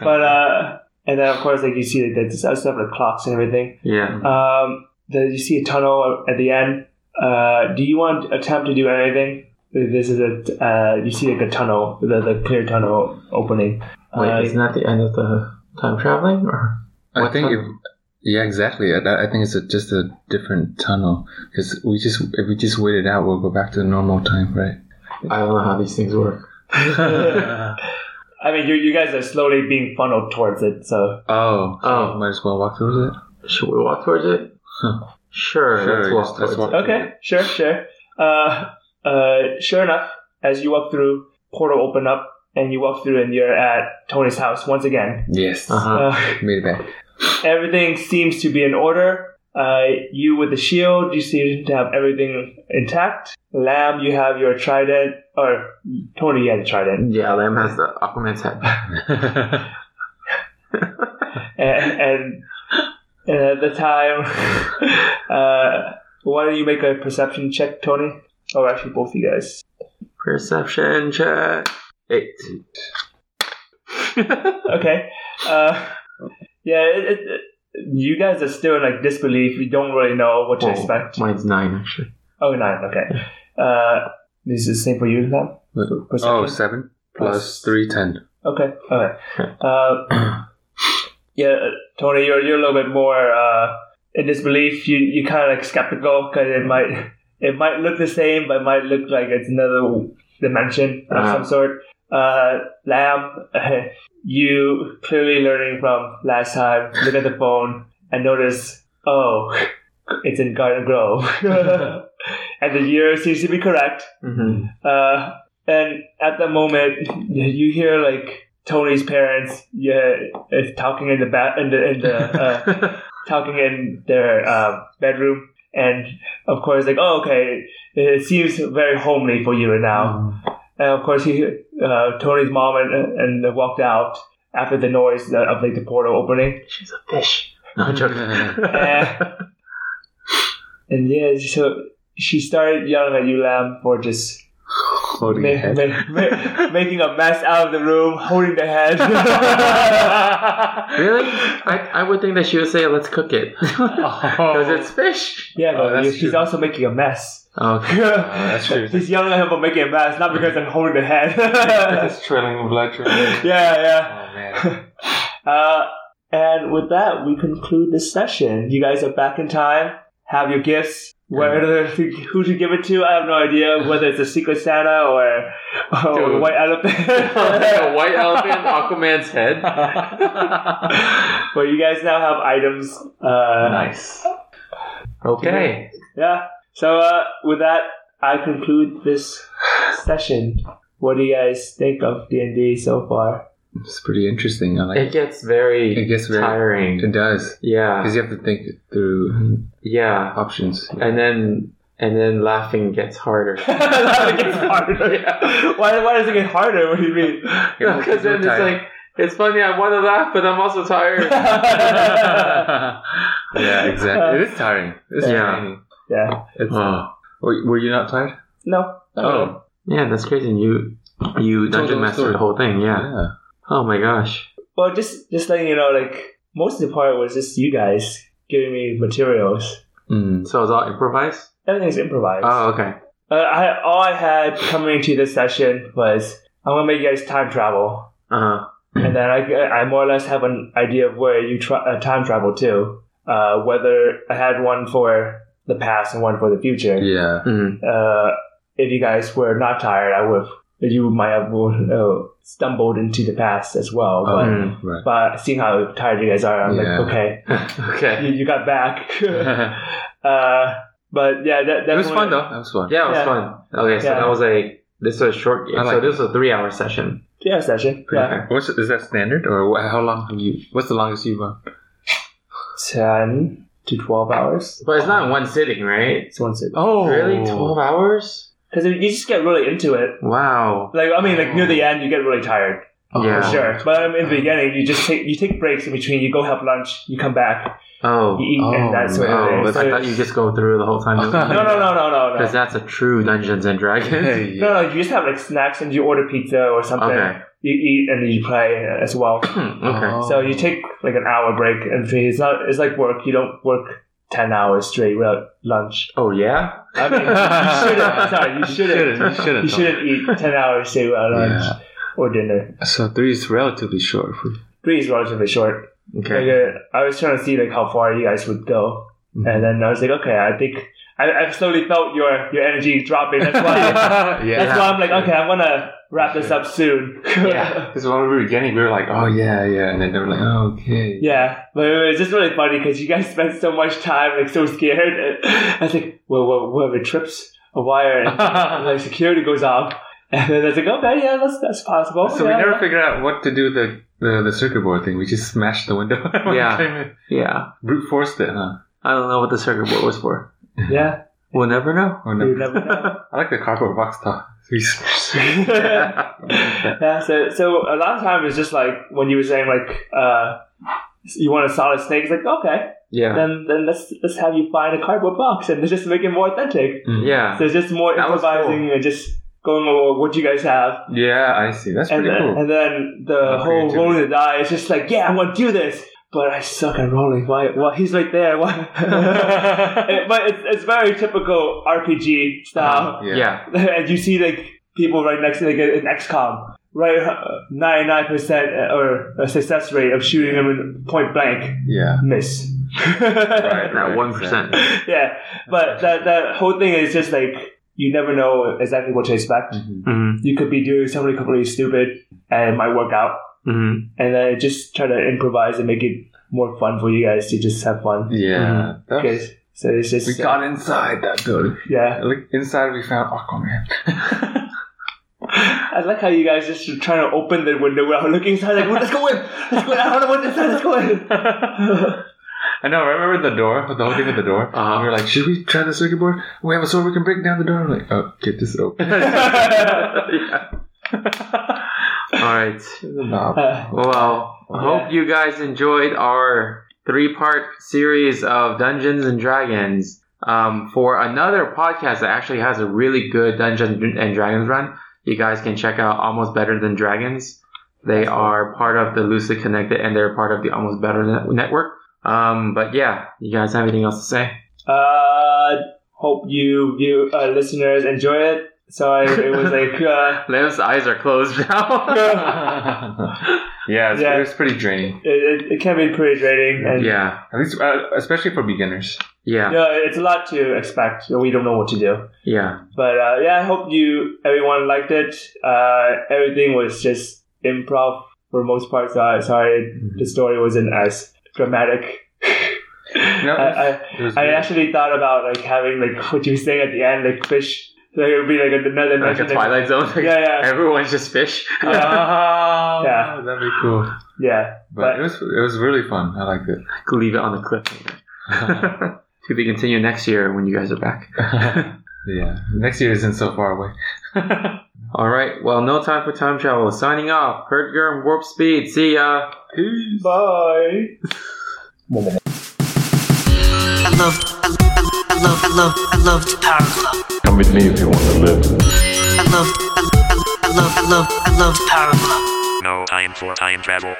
Speaker 5: but uh, and then of course, like you see like, the stuff like clocks and everything.
Speaker 4: yeah.
Speaker 5: Um, the, you see a tunnel at the end. Uh, do you want attempt to do anything? This is a uh, you see like a tunnel, the, the clear tunnel opening.
Speaker 4: Wait,
Speaker 5: Uh,
Speaker 4: isn't that the end of the time traveling? Or
Speaker 6: I
Speaker 4: What
Speaker 6: think if,
Speaker 4: tunnel?
Speaker 6: yeah, exactly. I, I think it's a, just a different tunnel because we just if we just wait it out, we'll go back to the normal time, right?
Speaker 4: I don't know how these things work.
Speaker 5: I mean, you, you guys are slowly being funneled towards it, so.
Speaker 6: Oh,
Speaker 4: Oh.
Speaker 6: might as well walk through it.
Speaker 4: Should we walk towards it? Sure,
Speaker 6: Sure,
Speaker 4: let's walk
Speaker 6: yes,
Speaker 4: towards
Speaker 6: let's walk.
Speaker 4: it.
Speaker 5: Okay, sure, sure. Uh, uh, sure enough, as you walk through, portal open up, and you walk through, and you're at Tony's house once again.
Speaker 6: Yes,
Speaker 4: Uh-huh.
Speaker 5: Uh,
Speaker 6: made it back.
Speaker 5: everything seems to be in order. Uh, you with the shield, you seem to have everything intact. Lamb, you have your trident, or Tony, you had a trident.
Speaker 4: Yeah, Lamb has the Aquaman's head.
Speaker 5: And, and, and at the time, uh, why don't you make a perception check, Tony? Or actually, both of you guys.
Speaker 4: Perception check. Eight.
Speaker 5: Okay. Uh, yeah, it, it, it- you guys are still in like disbelief. You don't really know what to
Speaker 4: Whoa,
Speaker 5: expect.
Speaker 4: Oh, Mine's nine, actually.
Speaker 5: Oh, nine. Okay. Uh, this is the same for you, Lamb. Perception?
Speaker 6: oh, seven plus
Speaker 5: Plus-
Speaker 6: three, ten.
Speaker 5: Okay. Okay. Uh, yeah, Tony, you're you're a little bit more uh, in disbelief. You you kind of like skeptical because it might it might look the same, but it might look like it's another dimension of
Speaker 4: Uh-huh.
Speaker 5: some sort. Uh, Lamb, you clearly learning from last time. Look at the phone and notice. Oh, it's in Garden Grove, and the year seems to be correct.
Speaker 4: Mm-hmm.
Speaker 5: Uh, and at that moment, you hear like Tony's parents, yeah, is talking in the ba- in the in the uh, talking in their uh, bedroom, and of course, like, oh, okay, it seems very homely for you now. And of course, he uh, Tony's mom and and they walked out after the noise of like the portal opening,
Speaker 4: She's a fish. No, I'm joking.
Speaker 5: and, and yeah, so she started yelling at you, Lamb, for just
Speaker 6: Holding
Speaker 5: Ma-
Speaker 6: your head.
Speaker 5: ma- ma- making a mess out of the room, holding the head.
Speaker 4: really? I, I would think that she would say, let's cook it. Because
Speaker 6: Because
Speaker 4: it's fish.
Speaker 5: Yeah,
Speaker 6: Oh,
Speaker 5: but
Speaker 6: that's
Speaker 5: you- she's
Speaker 6: true. Oh,
Speaker 5: also making a mess.
Speaker 4: Okay.
Speaker 6: that's true.
Speaker 5: He's yelling at her for making a mess, not because I'm holding the head.
Speaker 6: it's trailing with blood.
Speaker 5: yeah,
Speaker 6: Trailing.
Speaker 5: yeah.
Speaker 6: Oh man.
Speaker 5: Uh, and with that, we conclude this session. You guys are back in time. Have your gifts.
Speaker 6: Mm.
Speaker 5: Where who to give it to? I have no idea. Whether it's a secret Santa or, or a
Speaker 4: Dude.
Speaker 5: white elephant.
Speaker 4: a white elephant, in Aquaman's head.
Speaker 5: but you guys now have items. Uh,
Speaker 4: nice. Okay.
Speaker 5: Yeah. So uh, with that, I conclude this session. What do you guys think of D and D so far?
Speaker 6: It's pretty interesting. I like
Speaker 4: It
Speaker 6: it.
Speaker 4: gets very
Speaker 6: It gets very-
Speaker 4: tiring.
Speaker 6: It does
Speaker 4: yeah.
Speaker 6: because you have to think through
Speaker 4: Yeah.
Speaker 6: options.
Speaker 4: and then and then laughing gets harder.
Speaker 5: It gets harder. Why? Why does it get harder? What do you mean?
Speaker 6: Yeah,
Speaker 4: Because then it's
Speaker 6: tired.
Speaker 4: like it's funny. I want to laugh, but I'm also tired.
Speaker 6: yeah, exactly. It is tiring. It's
Speaker 4: Yeah.
Speaker 6: draining.
Speaker 5: Yeah.
Speaker 6: It's, oh. were, were you not tired?
Speaker 5: No.
Speaker 6: Oh,
Speaker 4: yeah, that's crazy. And you you
Speaker 6: Told
Speaker 4: dungeon
Speaker 6: the
Speaker 4: mastered
Speaker 6: story.
Speaker 4: the whole thing. Yeah.
Speaker 6: yeah.
Speaker 4: Oh my gosh.
Speaker 5: Well, just just letting you know, like most of the part was just you guys giving me materials.
Speaker 6: Mm.
Speaker 4: So it's all improvised.
Speaker 5: Everything's improvised.
Speaker 4: Oh okay.
Speaker 5: Uh, I all I had coming into this session was I'm gonna make you guys time travel,
Speaker 4: Uh
Speaker 5: and then I, I more or less have an idea of where you tra- uh, time travel to. Uh, whether I had one for the past and one for the future.
Speaker 6: Yeah.
Speaker 4: mm.
Speaker 5: Uh, if you guys were not tired, I would. You might have uh, stumbled into the past as well,
Speaker 6: Oh,
Speaker 5: but.
Speaker 4: Mm.
Speaker 6: right.
Speaker 5: But seeing how tired you guys are, I'm
Speaker 6: Yeah.
Speaker 5: like, okay,
Speaker 4: okay.
Speaker 5: you, you got back.
Speaker 6: it
Speaker 5: uh, but yeah, that, that
Speaker 6: was fun though. That was fun.
Speaker 4: Yeah, it was
Speaker 5: Yeah.
Speaker 4: fun. Okay, so
Speaker 5: Yeah.
Speaker 4: that was a this was a short.
Speaker 6: I like
Speaker 4: so this was a three hour session.
Speaker 5: Yeah, session. Yeah,
Speaker 6: What's, is that standard or wha- how long have you? What's the longest you've uh, run?
Speaker 5: ten to twelve hours.
Speaker 4: But it's not in one sitting, right?
Speaker 5: It's one sit.
Speaker 6: Oh,
Speaker 4: Really, twelve hours?
Speaker 5: Because you just get really into it.
Speaker 4: Wow.
Speaker 5: Like I mean, like near the end, you get really tired
Speaker 6: Oh,
Speaker 5: for
Speaker 4: Yeah.
Speaker 5: sure. But um, in the beginning, you just take you take breaks in between. You go have lunch. You come back.
Speaker 4: Oh.
Speaker 5: You eat and that sort
Speaker 6: Oh,
Speaker 5: of
Speaker 4: Oh,
Speaker 5: thing.
Speaker 4: but
Speaker 5: So
Speaker 4: I thought you just go through the whole time.
Speaker 5: no, no, no, no, no,
Speaker 4: Because
Speaker 5: no.
Speaker 4: that's a true Dungeons and Dragons.
Speaker 6: Hey,
Speaker 5: No, no, you just have like snacks and you order pizza or something.
Speaker 4: Okay. Hmm,
Speaker 5: You eat and you play uh, as well.
Speaker 6: Uh-huh.
Speaker 4: okay.
Speaker 6: Oh.
Speaker 5: So you take like an hour break and between. it's not it's like work. You don't work ten hours straight without lunch.
Speaker 4: Oh yeah.
Speaker 5: I mean, you shouldn't. Sorry, you shouldn't.
Speaker 6: You shouldn't.
Speaker 5: You shouldn't eat ten hours straight without lunch
Speaker 6: Yeah.
Speaker 5: or dinner.
Speaker 6: So three is relatively short. For you.
Speaker 5: Three is relatively short.
Speaker 4: Okay.
Speaker 6: Mm-hmm.
Speaker 5: Like, uh, I was trying to see like how far you guys would go, and then I was like, okay, I think I, I slowly felt your your energy dropping. That's why.
Speaker 6: yeah.
Speaker 5: that's why I'm like, okay, I'm gonna wrap this up soon.
Speaker 6: Yeah. Because when we were getting, we were like, oh yeah, yeah, and then they were like, oh, okay.
Speaker 5: Yeah, but it was just really funny because you guys spent so much time like so scared. I was like, well, well whoever trips a wire and, and, like security goes off, and then I was like, okay, yeah, that's that's possible.
Speaker 6: So we
Speaker 5: oh, yeah.
Speaker 6: never figured out what to do with the, the the circuit board thing. We just smashed the window. when we
Speaker 4: Yeah.
Speaker 6: came in.
Speaker 4: Yeah.
Speaker 6: Brute forced it, huh?
Speaker 4: I don't know what the circuit board was for.
Speaker 5: Yeah,
Speaker 4: We'll never know.
Speaker 6: Oh,
Speaker 5: you
Speaker 6: no.
Speaker 5: never know.
Speaker 6: I like the cardboard box talk. We smashed it.
Speaker 5: yeah, so so a lot of time it's just like when you were saying like uh, you want a solid snake. It's like okay,
Speaker 4: Yeah.
Speaker 5: then then let's let's have you find a cardboard box and just make it more authentic.
Speaker 4: Yeah.
Speaker 5: So it's just more
Speaker 6: That was
Speaker 5: improvising and just going over what you guys have.
Speaker 6: yeah, I see. That's
Speaker 5: and
Speaker 6: pretty
Speaker 5: then,
Speaker 6: cool.
Speaker 5: and then the
Speaker 6: Oh,
Speaker 5: whole
Speaker 6: creativity.
Speaker 5: rolling the die is just like, yeah, I want to do this, but I suck at rolling. Why? Why he's right there? Why? It- but it's, it's very typical RPG style,
Speaker 6: yeah.
Speaker 4: Yeah.
Speaker 5: and you see like people right next to like in XCOM, right? Ninety nine percent uh, or a success rate of shooting them in point blank,
Speaker 6: Yeah.
Speaker 5: miss.
Speaker 6: Right.
Speaker 4: That one percent.
Speaker 5: yeah, but that that whole thing is just like you never know exactly what to expect.
Speaker 6: Mhm.
Speaker 4: Mm-hmm.
Speaker 5: You could be doing something completely stupid, and it might work out
Speaker 4: Mm-hmm.
Speaker 5: and then just try to improvise and make it more fun for you guys to just have fun.
Speaker 6: Yeah.
Speaker 5: Mm-hmm.
Speaker 6: That was-
Speaker 5: Because so it's just
Speaker 6: we got inside that building.
Speaker 5: yeah.
Speaker 6: Like inside, we found oh, Aquaman.
Speaker 5: I like how you guys just are trying to open the window without looking inside. Like, let's go in, let's go in. I don't know what's inside. Let's go in.
Speaker 6: I know. Remember the door? The whole thing with the door.
Speaker 4: Uh-huh.
Speaker 6: We were like, should we try the circuit board? We have a sword. We can break down the door. I'm like, oh, get this open.
Speaker 4: Mm-hmm. All right.
Speaker 6: No.
Speaker 5: Uh,
Speaker 4: Well, I hope you guys enjoyed our three-part series of Dungeons and Dragons. Um, for another podcast that actually has a really good Dungeons and Dragons run, you guys can check out Almost Better Than Dragons. They are part of the Loosely Connected, and they're part of the Almost Better Net- Network. Um, but yeah, you guys have anything else to say?
Speaker 5: uh, hope you, you uh, listeners enjoy it. Sorry, it was like uh,
Speaker 4: Liam's eyes are closed now.
Speaker 6: yeah, it's,
Speaker 5: Yeah.
Speaker 6: it's pretty draining.
Speaker 5: it, it, it can be pretty draining, and yeah.
Speaker 4: yeah,
Speaker 6: At least, uh, especially for beginners.
Speaker 5: you
Speaker 4: yeah,
Speaker 5: know, it's a lot to expect. We don't know what to do.
Speaker 4: yeah.
Speaker 5: But uh, yeah, I hope you everyone liked it. Uh, everything was just improv for most part. So I, sorry, the story wasn't as dramatic.
Speaker 6: No,
Speaker 5: I,
Speaker 6: it was
Speaker 5: I, I
Speaker 6: good.
Speaker 5: actually thought about like having like what you were saying at the end, like fish. Like it would be like another
Speaker 4: Like
Speaker 5: dimension,
Speaker 4: a Twilight Zone. like,
Speaker 5: Yeah, yeah.
Speaker 4: Everyone's just fish.
Speaker 6: Oh,
Speaker 5: Yeah.
Speaker 6: that'd be cool.
Speaker 5: Yeah,
Speaker 6: But,
Speaker 5: But-
Speaker 6: it was it was really fun. I liked it.
Speaker 4: Could leave it on the cliff. to be continued next year when you guys are back.
Speaker 6: yeah, next year isn't so far away.
Speaker 4: All right. Well, no time for time travel. Signing off. Kurt Gurm, warp speed. See ya. Peace.
Speaker 5: bye.
Speaker 1: I love, I love, I love, I love, I love the power glove.
Speaker 2: Come with me if you want to live.
Speaker 1: I love, I love, I love, I love, I love the power glove.
Speaker 3: No time for time travel.